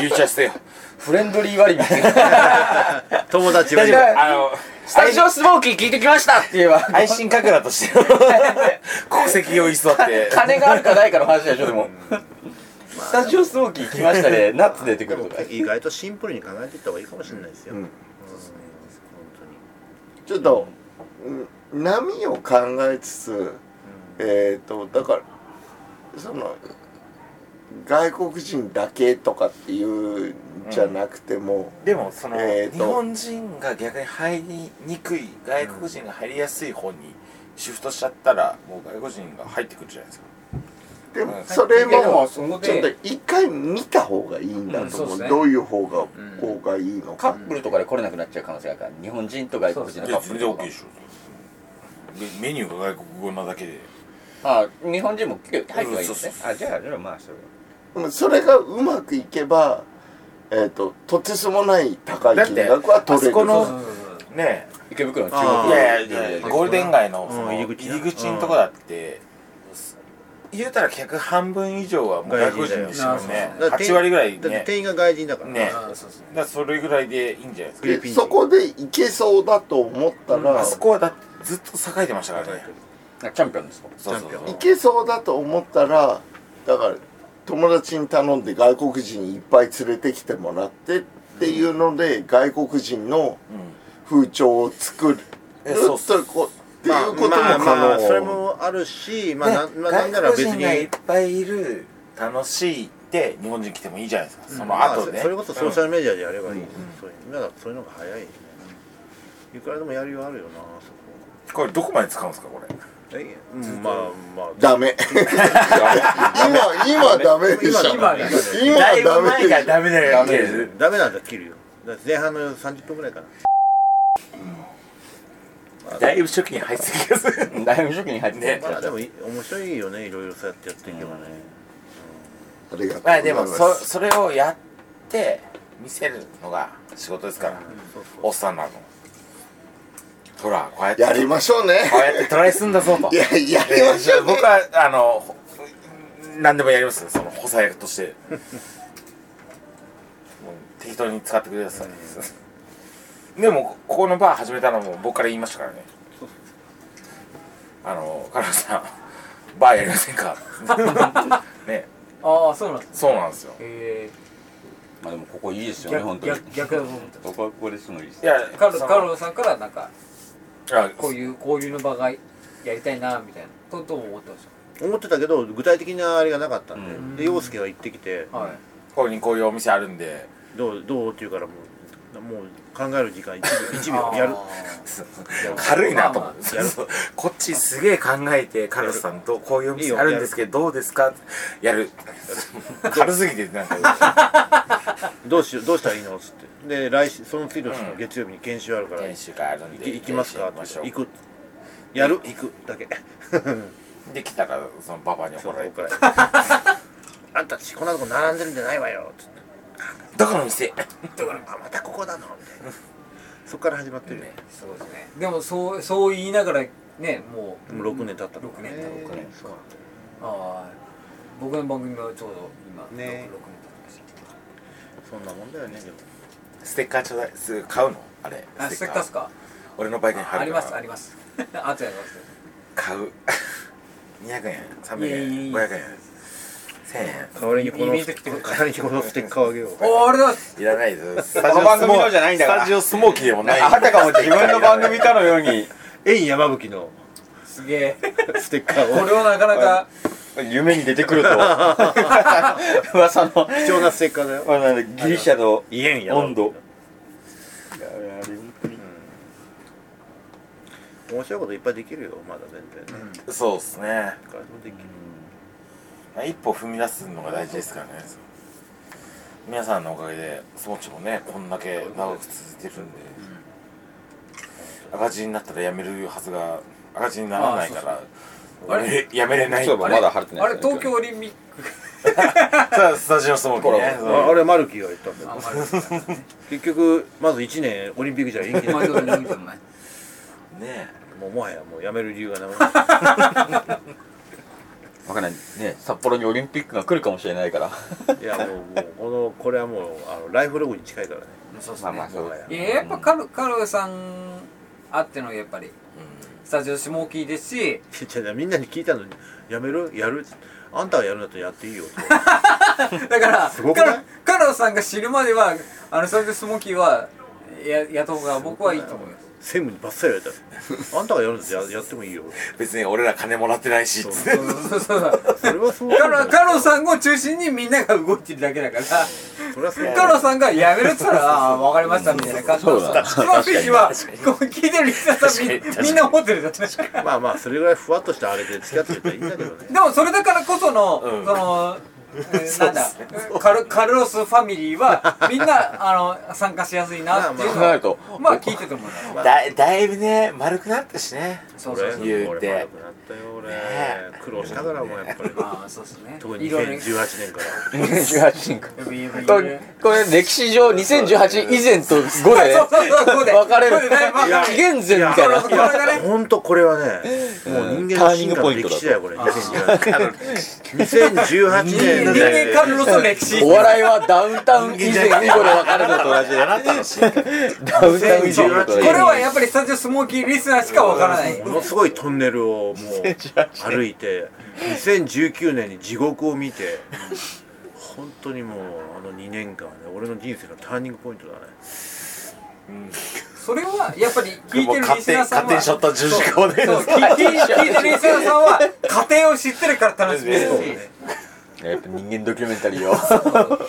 Speaker 2: ゆいちゃん捨てよ
Speaker 4: フレンドリー割引
Speaker 6: 友達は
Speaker 4: 大丈夫
Speaker 2: あの
Speaker 4: 最初スモーキー聞いてきましたって言えば
Speaker 2: 愛心神楽としての国籍を居座って
Speaker 4: 金があるかないかの話でしょでもスタジオスモーキー来ましたね ナッツ出てくるとか
Speaker 6: 意外とシンプルに考えていった方がいいかもしれないですよ、
Speaker 5: う
Speaker 6: うんん
Speaker 5: ちょっと、ん波を考えつつ、えっ、とだからその外国人だけとかっていうんじゃなくても、
Speaker 2: でもその、
Speaker 5: えーと
Speaker 2: 日本人が逆に入りにくい外国人が入りやすい方にシフトしちゃったらもう外国人が入ってくるじゃないですか
Speaker 5: でもそれ
Speaker 3: でも
Speaker 5: もち
Speaker 3: そ
Speaker 5: ょ
Speaker 3: こ
Speaker 5: っ
Speaker 3: で
Speaker 5: と一回見た方がいいんだと思
Speaker 3: うんそう
Speaker 5: う
Speaker 3: ですね
Speaker 5: どういう方が方がいいの
Speaker 4: カ
Speaker 5: か
Speaker 4: ップルとかで来れなくなっちゃう可能性があるから日本人と外国人の
Speaker 2: い
Speaker 4: カ
Speaker 2: や
Speaker 4: ップ
Speaker 2: 全
Speaker 4: ル
Speaker 2: 然
Speaker 4: と
Speaker 2: OK
Speaker 4: か
Speaker 2: でしょメメニューが外国語なだけで
Speaker 4: あ日本人も入ってはいいんですねあじゃあじゃあまあそれ
Speaker 5: うんそれがうまくいけばえっととてつもない高い金額は取れる
Speaker 2: だってあそこの
Speaker 3: そうそうそう
Speaker 2: ね
Speaker 4: 池袋の中
Speaker 6: あ
Speaker 2: え
Speaker 6: ー
Speaker 2: い
Speaker 4: 国
Speaker 2: やいやいや
Speaker 6: うん
Speaker 2: ゴールデン街の
Speaker 6: うん
Speaker 2: その
Speaker 6: 入
Speaker 2: 入
Speaker 6: り
Speaker 2: り
Speaker 6: 口
Speaker 2: 口
Speaker 6: な
Speaker 2: のとこだって言うたら客半分以上はもう外国人でしたもんね
Speaker 6: だって
Speaker 2: 8割ぐらい
Speaker 6: だって
Speaker 2: ね
Speaker 6: 店員が外人だから
Speaker 2: ね
Speaker 3: あそうそう
Speaker 2: だからそれぐらいでいいんじゃないですか
Speaker 6: フィリピン
Speaker 5: で
Speaker 6: 人
Speaker 5: そこでいけそうだと思ったら
Speaker 2: あそこはだってずっと栄えてましたからね
Speaker 4: チャンピオンですか
Speaker 2: そうそう
Speaker 6: チャンピ
Speaker 5: い
Speaker 6: オ
Speaker 5: けそうだと思ったらだから友達に頼んで外国人にいっぱい連れてきてもらってっていうので外国人の風潮を作る
Speaker 2: えそうっす
Speaker 5: というこってい
Speaker 6: まあ
Speaker 5: うことも
Speaker 6: まあ
Speaker 5: 可
Speaker 6: まあそれ
Speaker 5: 能
Speaker 6: もあるしまあ
Speaker 2: ね
Speaker 6: なんまあなんなら別
Speaker 2: 外国人がい
Speaker 6: に
Speaker 2: っぱいいる楽しいって日本人来てもいいじゃないですかその
Speaker 6: まあ
Speaker 2: 後でね
Speaker 6: それこそソーシャルメディアでやればいいねそういう今だとそういうのが早いねいくらでもやるようあるよなそこ
Speaker 2: これどこまで使うんですかこれ
Speaker 6: えうんまあまあ
Speaker 5: ダ メ今今ダメでしょ
Speaker 3: 今だ
Speaker 5: 今
Speaker 2: だいぶ
Speaker 5: ダメ
Speaker 2: 前
Speaker 5: で
Speaker 2: か
Speaker 5: し
Speaker 2: らダメだ
Speaker 6: ダ
Speaker 2: よ
Speaker 6: メ
Speaker 2: ケ
Speaker 6: だ
Speaker 2: ー
Speaker 6: よ
Speaker 2: ス
Speaker 6: ダメなんだ切るよだから前半の30分ぐらいかな
Speaker 2: だいぶ初期に入ってきまする
Speaker 4: だいぶ初期に入ってたやつ
Speaker 6: まあ
Speaker 4: だ
Speaker 6: でもい面白いよねいろいろそうやってやっていけばね
Speaker 5: ょありがとうござ
Speaker 2: まあ
Speaker 5: い
Speaker 2: でも
Speaker 5: ます
Speaker 2: そそれをやって見せるのが仕事ですから
Speaker 6: そう
Speaker 2: おっさんなのほらこうやって
Speaker 5: やりましょうね
Speaker 2: こうやってトライすんだぞと
Speaker 5: いややりましょうね
Speaker 2: 僕はあのほ何でもやりますよその補佐役として もう適当に使ってください、でもここのバー始めたのも僕から言いましたからねあの「カラさんバーやりません か?ね」
Speaker 3: ああそうなんですね
Speaker 2: そうなんですよ
Speaker 3: え
Speaker 4: まあでもここいいです
Speaker 3: ー
Speaker 4: よね本
Speaker 3: 逆
Speaker 4: 当に
Speaker 3: 逆逆だと思った
Speaker 4: ここはここですのいいです
Speaker 2: いや
Speaker 3: カル
Speaker 2: その
Speaker 3: カルロさんからなんか
Speaker 2: あ
Speaker 3: こういう交流の場がやりたいなみたいなことも思ってまし
Speaker 6: 思ってたけど具体的なあれがなかったんで,、
Speaker 4: うん
Speaker 6: で陽介が行ってきて
Speaker 3: たはい
Speaker 2: ここにこういうお店あるんで
Speaker 6: どうどうって言うからもうもう考える時間1秒
Speaker 3: あー
Speaker 6: やる
Speaker 2: 軽いなと思って、
Speaker 6: まあまあ
Speaker 2: そうこっちすげえ考えてカルロスさんとこういうお店あるんですけどどうですかやる軽すぎてなんか
Speaker 6: どうしようどうしたらいいのっつってで来週その次の日の月曜日に研修あるから、
Speaker 2: 研
Speaker 6: 行
Speaker 2: 修会あるんで
Speaker 6: き行きますかっ
Speaker 2: 行
Speaker 6: て
Speaker 2: きましょう
Speaker 6: 行くやる行くだけ
Speaker 2: できたらそのババアに
Speaker 6: そ
Speaker 2: 怒
Speaker 6: う
Speaker 2: られる
Speaker 6: 怒られる あんたたちこんなとこ並んでるんじゃないわよつって
Speaker 2: どこの店
Speaker 6: だからあまたここだのみたいな そっから始まってるよね
Speaker 3: そうですねでもそうそう言いながらねもう
Speaker 6: もう6年経ったから
Speaker 3: 六年経ったから
Speaker 6: そう
Speaker 3: ああ僕の番組はちょうど今
Speaker 6: ね
Speaker 3: 六六年経ってました
Speaker 6: そんなもんだよねでも
Speaker 2: ステッカーちょうだいす買うのあれ
Speaker 3: あ、ステッカーっすか。
Speaker 2: 俺のバイクに貼る
Speaker 3: ありますあ
Speaker 2: り
Speaker 3: ります。 あとやります。
Speaker 2: 買う 200円300
Speaker 3: いいいいいい
Speaker 2: 円500円1000円
Speaker 6: 代わりにこの
Speaker 3: イベント来てくれ
Speaker 6: 代わりにこのステッカーをあげよう
Speaker 3: おお、ありがとうございます。
Speaker 2: いらないです
Speaker 4: この番組のじゃないんだから
Speaker 2: スタジオスモーキーでもない
Speaker 4: あたかも自分の番組かのように
Speaker 6: エイン山吹の
Speaker 3: すげえ。
Speaker 6: ステッカー
Speaker 3: こ
Speaker 6: を
Speaker 3: れはなかなか。
Speaker 4: 夢に出てく ると噂の
Speaker 6: 貴重なステッカーだよ
Speaker 4: まあなんだギリシャの
Speaker 6: イエン山吹
Speaker 4: 温度
Speaker 6: 面白いこといっぱいできるよまだ全然ね、
Speaker 2: そうですね
Speaker 6: いくらでもできる
Speaker 2: まあ一歩踏み出すのが大事ですからね皆さんのおかげでスモッチもねこんだけ長く続いてるんで赤字になったらやめるはずが赤字にならないから
Speaker 3: あそうそうあれ
Speaker 2: やめれない
Speaker 4: そういえばまだ晴れてな
Speaker 3: あ
Speaker 4: い
Speaker 3: れ、
Speaker 4: ですよ
Speaker 3: 東
Speaker 4: ね
Speaker 3: 京オリンピック。
Speaker 2: さあスタジオスモーキーね
Speaker 6: ああれマルキーが言ったんだ
Speaker 3: あ、
Speaker 6: よ
Speaker 3: まあ、
Speaker 6: 結局まず1年オリンピックじゃ延期
Speaker 3: ま
Speaker 6: な
Speaker 3: あ、
Speaker 6: い
Speaker 3: どうでもいい。
Speaker 2: ね
Speaker 6: もうもはやもうやめる理由がなくなった
Speaker 4: わかんないね札幌にオリンピックが来るかもしれないから
Speaker 6: いやもうもうこのこれはもうあのライフログに近いからね
Speaker 3: そうです
Speaker 4: まあまあ
Speaker 3: ね。
Speaker 4: そう
Speaker 3: いや、やっぱ、カル、カルさん。あっての、やっぱり。スタジオ下キーですし。
Speaker 6: じゃあみんなに聞いたのに「やめるやる?」あんたがやるんだったらやっていいよ」と
Speaker 3: だから、
Speaker 6: すごくない
Speaker 3: カル、カルさんが知るまでは。あの、スタジオ下キーは。や、やった方が、僕はいいと思います。
Speaker 6: 専務にバッサリ言われ たら「あんたがやるんだったらややってもいいよ
Speaker 2: え別に俺ら金もらってないしつって
Speaker 3: そうそうそうそう。」
Speaker 6: それはそ う
Speaker 3: カ
Speaker 6: なん
Speaker 3: ロ
Speaker 6: だよ
Speaker 3: カロさんを中心にみんなが動いてるだけだから
Speaker 6: そりゃそうだ
Speaker 3: カロさんが辞めるっつったら、ああ、わかりましたみたいな感じ
Speaker 4: そうだ
Speaker 3: スマッシュは、こう聞いてるリスナーさんみみんな思ってるじゃない
Speaker 6: まあまあそれぐらいふわっとしたあれで付き合ってたらいいんだけどね
Speaker 3: でもそれだからこその、その、えーなんだ、カルカルロスファミリーは、みんな、あの、参加しやすいなっていうの
Speaker 4: 考えると
Speaker 3: は、まあ聞いててもね。
Speaker 2: だだいぶね丸くなったしね
Speaker 3: そう そうそう。
Speaker 2: 言うて
Speaker 6: 俺悪くなったよ俺、
Speaker 2: ね
Speaker 6: 苦労しながらもやっぱり
Speaker 3: まあ、そうですね。
Speaker 6: 特
Speaker 3: い
Speaker 6: に
Speaker 3: ろいろ
Speaker 6: 2018年から
Speaker 4: 2018年か
Speaker 3: と
Speaker 4: これこれ歴史上2018以前と後でね
Speaker 3: そうそうそうそうで
Speaker 4: 分かれる
Speaker 3: そうでね分かれる
Speaker 4: 紀元前みたいな
Speaker 3: これがね、
Speaker 6: 本当これはね、もう人間進化の歴史だよこれ。
Speaker 3: 人
Speaker 6: 2018年
Speaker 3: 間カルロスの歴史。
Speaker 4: お笑いはダウンタウン以前以後で分かれるのと同じだなダウンタウン以前以後と同
Speaker 3: こ
Speaker 4: じ
Speaker 3: れはやっぱりスタジオスモーキーリスナーしかわからない。
Speaker 6: ものすごいトンネルをもう歩いて、2019年に地獄を見て、本当にもうあの2年間はね、俺の人生のターニングポイントだね。
Speaker 3: それはやっぱり聞い
Speaker 2: も
Speaker 3: て
Speaker 2: う
Speaker 3: る
Speaker 2: 勝
Speaker 3: リス
Speaker 2: 手
Speaker 3: ナーさ
Speaker 2: 勝
Speaker 3: ん
Speaker 2: 手にショッ
Speaker 3: は。
Speaker 2: ト十字架をね
Speaker 3: そう聞いてるリスナーさんは家庭を知ってるから楽しみですし、
Speaker 4: やっぱ人間ドキュメンタリーを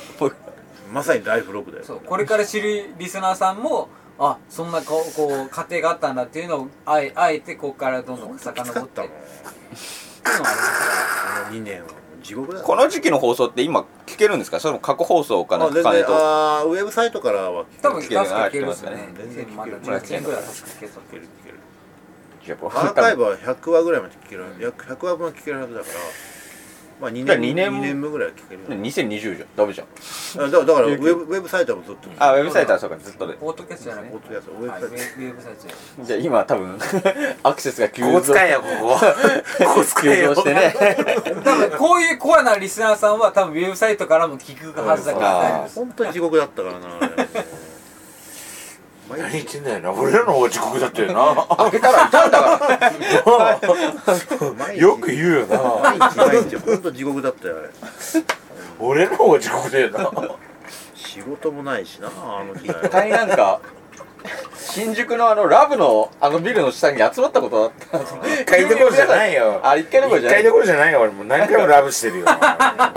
Speaker 6: まさにライフログだよ。
Speaker 3: そうこれから知るリスナーさんも、あそんなこうこう家庭があったんだっていうのをあえあえてここからどんどん遡
Speaker 6: きつか
Speaker 3: っ
Speaker 6: ってた
Speaker 3: い
Speaker 6: も。
Speaker 3: うんのは
Speaker 6: あの2年はもう地獄だよ。
Speaker 4: この時期の放送って今聞けるんですかそれも過去放送かな
Speaker 6: あ
Speaker 4: ん
Speaker 6: 全
Speaker 4: か
Speaker 6: 然
Speaker 4: ねと
Speaker 6: あーウェブサイトからは
Speaker 3: 多
Speaker 6: 聞
Speaker 3: 分
Speaker 6: ける
Speaker 3: 確か聞けるっすよね
Speaker 6: 聞ける聞け。る
Speaker 3: まだ18年ぐらいは確か聞けそう
Speaker 6: 聞ける聞ける。
Speaker 4: やっぱ
Speaker 6: アーカイブは100話ぐらいまで聞ける、約100話分は聞けるはずだから、まあ、2
Speaker 4: から
Speaker 6: 年
Speaker 4: 二
Speaker 6: 二
Speaker 4: 年
Speaker 6: 年分ぐらいは聞けるよね、
Speaker 4: 2020じゃんダメじゃん
Speaker 6: あだだからウェブウェブサイトもずっと聞ける
Speaker 4: あウェブサイトはそうかずっとで
Speaker 3: ポートキャストじゃない
Speaker 6: ポッドキャストウ
Speaker 3: はい
Speaker 6: ェ
Speaker 3: ウェ
Speaker 6: ブ
Speaker 3: ブ
Speaker 6: サイ
Speaker 3: ウ
Speaker 6: ト
Speaker 3: ェブサイトで
Speaker 4: じゃあ今多分 アクセスが 急
Speaker 2: ここ
Speaker 4: 増
Speaker 2: 使えよこ こここ使え
Speaker 4: 急
Speaker 2: よ
Speaker 4: 増して ね
Speaker 3: 多分こういうコアなリスナーさんは多分ウェブサイトからも聞くはずだから大丈夫です
Speaker 6: 本当に地獄だったからなあれ
Speaker 2: 何
Speaker 6: 毎
Speaker 2: 言
Speaker 6: 日
Speaker 2: ってんだよな俺らの方が時刻だっ たよな
Speaker 4: 開けたらいたんだから
Speaker 6: 毎日
Speaker 2: よく言うよな
Speaker 6: 毎日毎日本当地獄だったよあれ
Speaker 2: 俺の方が時刻だよな
Speaker 6: 仕事もないしなあの時代
Speaker 4: 一回
Speaker 6: は
Speaker 4: なんか 新宿のあのラブのあのビルの下に集まったことあった
Speaker 2: 一回どころじゃないよ
Speaker 4: あ一回どころじゃない
Speaker 2: 一回どころじゃないよ俺もう何回もラブしてるよ
Speaker 4: あ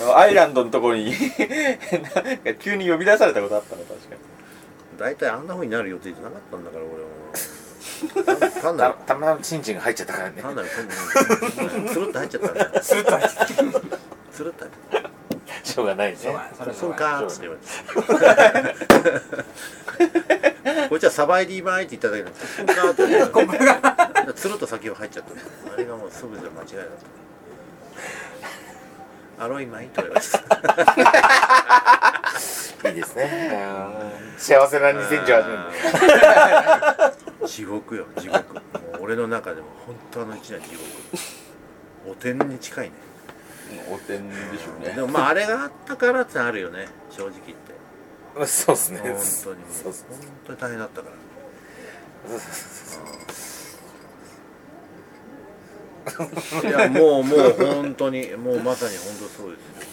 Speaker 4: のアイランドのところに なんか急に呼び出されたことあったの確かに
Speaker 6: 大体あんな風になる予定じゃなかったんだから俺も単単な
Speaker 2: た
Speaker 6: る
Speaker 2: たまたまチンチンが入っちゃったからね
Speaker 6: 単なるつるっと入っちゃったんだよ
Speaker 3: スルッと入って
Speaker 6: つるっと入っちゃった
Speaker 2: しょうがないね
Speaker 3: しょうがないそれはしょ
Speaker 6: そうう
Speaker 3: がない
Speaker 6: かーって言われてこいつはサバイディーバイって言っただけでそうかーって言われて
Speaker 3: コップが
Speaker 6: つるっと先を入っちゃったあれがもうすぐじゃ間違いだったアロイマイとか言われてた
Speaker 2: いいですねうん幸せな2018年
Speaker 6: うん地獄よ地獄もう俺の中でも本当あの一年は地獄お天に近いね
Speaker 4: おてんでしょうね
Speaker 6: でもまああれがあったからってあるよね正直言って
Speaker 2: うんそうっすね
Speaker 6: 本当にもう
Speaker 2: そう
Speaker 6: 本
Speaker 2: っす
Speaker 6: 当に大変だったからいやもうもう本当にもうまさに本当そうですよ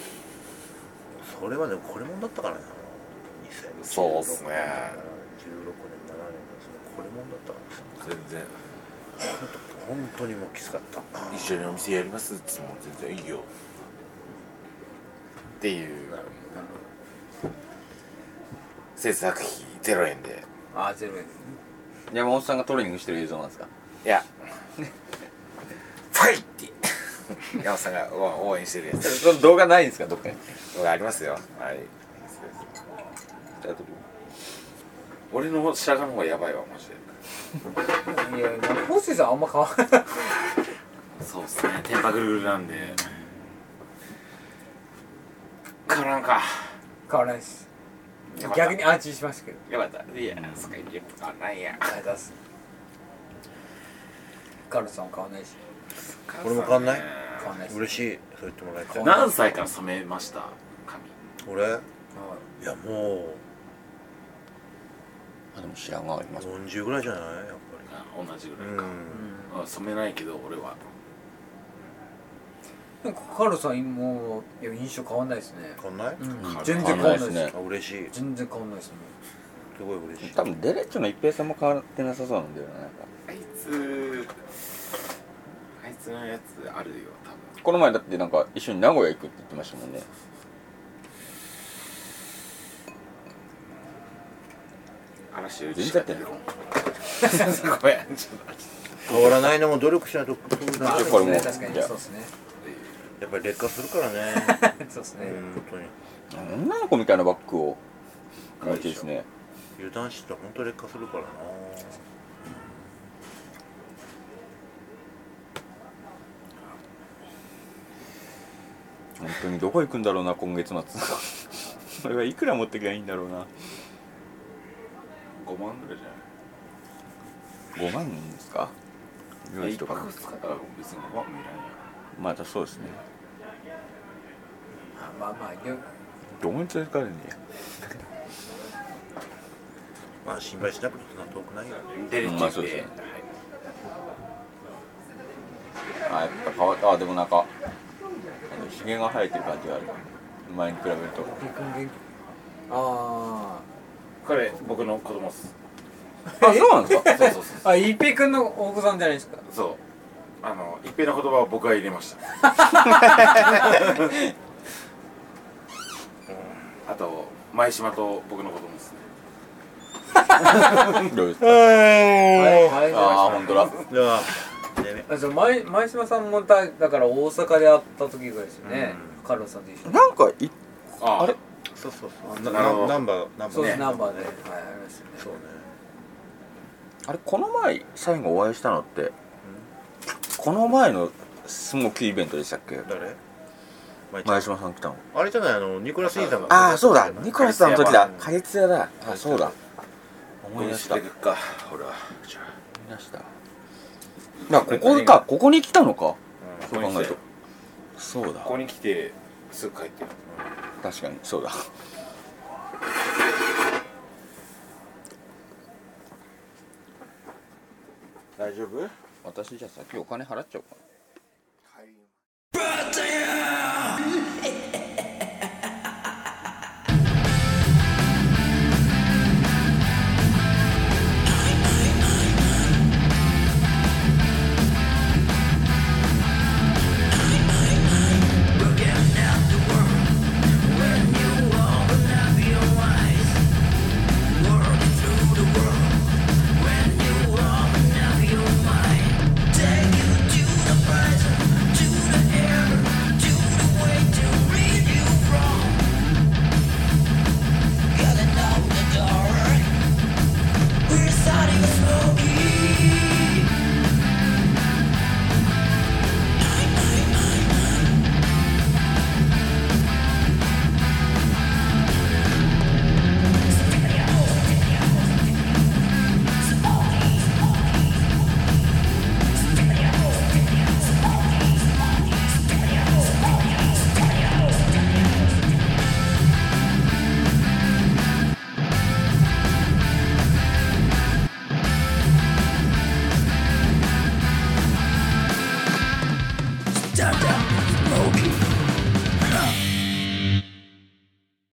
Speaker 6: それはでもこれもんだったからな2016
Speaker 2: そうっすね
Speaker 6: 年16年7年そのこれもんだったから
Speaker 2: 全然
Speaker 6: 本当にもうきつかった
Speaker 2: 一緒にお店やりますっつっても全然いいよっていう制作費0円で
Speaker 3: あゼロ円
Speaker 4: 山本さんがトレーニングしてる映像なんですか
Speaker 2: いやファイって山本さんが応応援してるやつ
Speaker 4: その動画ないんですかどっかに
Speaker 2: ありますよはい俺の白髪の方がやばいわマジで
Speaker 3: いやホスイさんあんま変わらない
Speaker 2: そうっすね天パぐるぐるなんで変わらんか
Speaker 3: 変わらないです
Speaker 2: よかった
Speaker 3: 逆に安心しましたけど
Speaker 2: よかったいやスカイリップ変わらないや
Speaker 3: ありがとうございますカルさんも変わらないし
Speaker 6: 俺も変わんない
Speaker 3: 変わらないです
Speaker 6: 嬉しいそう言ってもらえて
Speaker 3: 変わんない
Speaker 2: 何歳から染めました髪
Speaker 6: 俺いやも
Speaker 4: あでも白髪あり
Speaker 6: う
Speaker 4: ます
Speaker 6: 40ぐらいじゃないやっぱ
Speaker 2: あ同じぐ
Speaker 6: り
Speaker 2: ら
Speaker 6: う
Speaker 2: い
Speaker 6: ん
Speaker 2: か、あ染めないけど俺は
Speaker 3: でもカルさんもういや印象変わらないですね
Speaker 6: 変わんない
Speaker 3: うん
Speaker 2: わんない
Speaker 3: 全然変わらない
Speaker 4: 変わん
Speaker 3: で
Speaker 4: ないですす
Speaker 6: あ嬉しい
Speaker 3: 全然変わらないですね
Speaker 6: すごい嬉しい
Speaker 4: 多分デレッチョの一平さんも変わってなさそうなんだよななんか
Speaker 2: あいつあいつのやつあるよ多分
Speaker 4: この前だってなんか一緒に名古屋行くって言ってましたもんね
Speaker 2: 話より
Speaker 4: 全然やってない
Speaker 2: ごめんちょっと
Speaker 6: 変わらないのも努力しないとそうな
Speaker 3: まあ
Speaker 6: る
Speaker 3: そう
Speaker 4: やこ
Speaker 3: です
Speaker 4: れも
Speaker 3: ね
Speaker 4: う
Speaker 3: 確かに
Speaker 4: じゃあ
Speaker 3: そうですね
Speaker 6: やっぱり劣化するからね
Speaker 3: そうです
Speaker 6: う
Speaker 3: ね
Speaker 6: ん本当に
Speaker 4: 女の子みたいなバッグを買いてですね
Speaker 6: 油断してたら本当劣化するからな
Speaker 4: 本当にどこ行くんだろうな今月末俺はいくら持ってきゃいいんだろうな
Speaker 2: 5万ぐらいじゃ
Speaker 4: 5万ですか
Speaker 2: ない
Speaker 4: 用意
Speaker 2: 一
Speaker 4: とか
Speaker 2: 泊二日だから別に5万もいらんや
Speaker 4: またそうですね
Speaker 3: あまあまあよ
Speaker 4: どこに連れてかれんね
Speaker 6: まあ心配しなくてもそんな遠くないよ
Speaker 2: 出る
Speaker 4: うん
Speaker 2: っ
Speaker 4: まあ
Speaker 2: て
Speaker 4: そう
Speaker 2: 言
Speaker 4: で
Speaker 2: っ
Speaker 4: す
Speaker 2: て
Speaker 4: ねあやっぱ変わったあでもなんかあのひげが生えてる感じがある前に比べる と
Speaker 3: あ
Speaker 2: これ僕の子供っす
Speaker 4: あそうなんですか
Speaker 2: そうそうそう
Speaker 3: ああ一平君のお子さんじゃないですか
Speaker 2: そうあの一平の言葉を僕が入れましたあと前島と僕の子供ですね
Speaker 4: どうです
Speaker 6: あ
Speaker 4: か
Speaker 3: はい前
Speaker 6: ー
Speaker 3: 島
Speaker 4: ああ本当だ
Speaker 6: じゃあてめえ
Speaker 3: あそう前前島さんもだだから大阪で会った時ぐらいですよね、カルロスさんと一緒に
Speaker 4: なんかい
Speaker 2: あ
Speaker 4: あれ
Speaker 6: そうそうそう
Speaker 2: なるほど
Speaker 6: ナンバーナンバ
Speaker 3: そう
Speaker 6: ー
Speaker 3: です、
Speaker 6: ね
Speaker 3: ナンバーで、はい、ありますよね
Speaker 6: そうね
Speaker 4: あれこの前最後お会いしたのってこの前のスモーキーイベントでしたっけ
Speaker 6: 誰まあ一応
Speaker 4: 前島さん来たの
Speaker 6: あれじゃないあのニコラス・イーさんが
Speaker 4: ああそうだニコラスさんの時だ
Speaker 6: カ
Speaker 4: カリツヤだあそうだ思い出した
Speaker 2: どうしてくっかほらじゃあ
Speaker 4: 思い出したなここかここに来たのかそう考えるとそうだ
Speaker 2: ここに来てすぐ帰ってる
Speaker 4: 確かにそうだ
Speaker 2: 大丈夫
Speaker 4: 私じゃあ先お金払っちゃおうかな
Speaker 1: スモーキー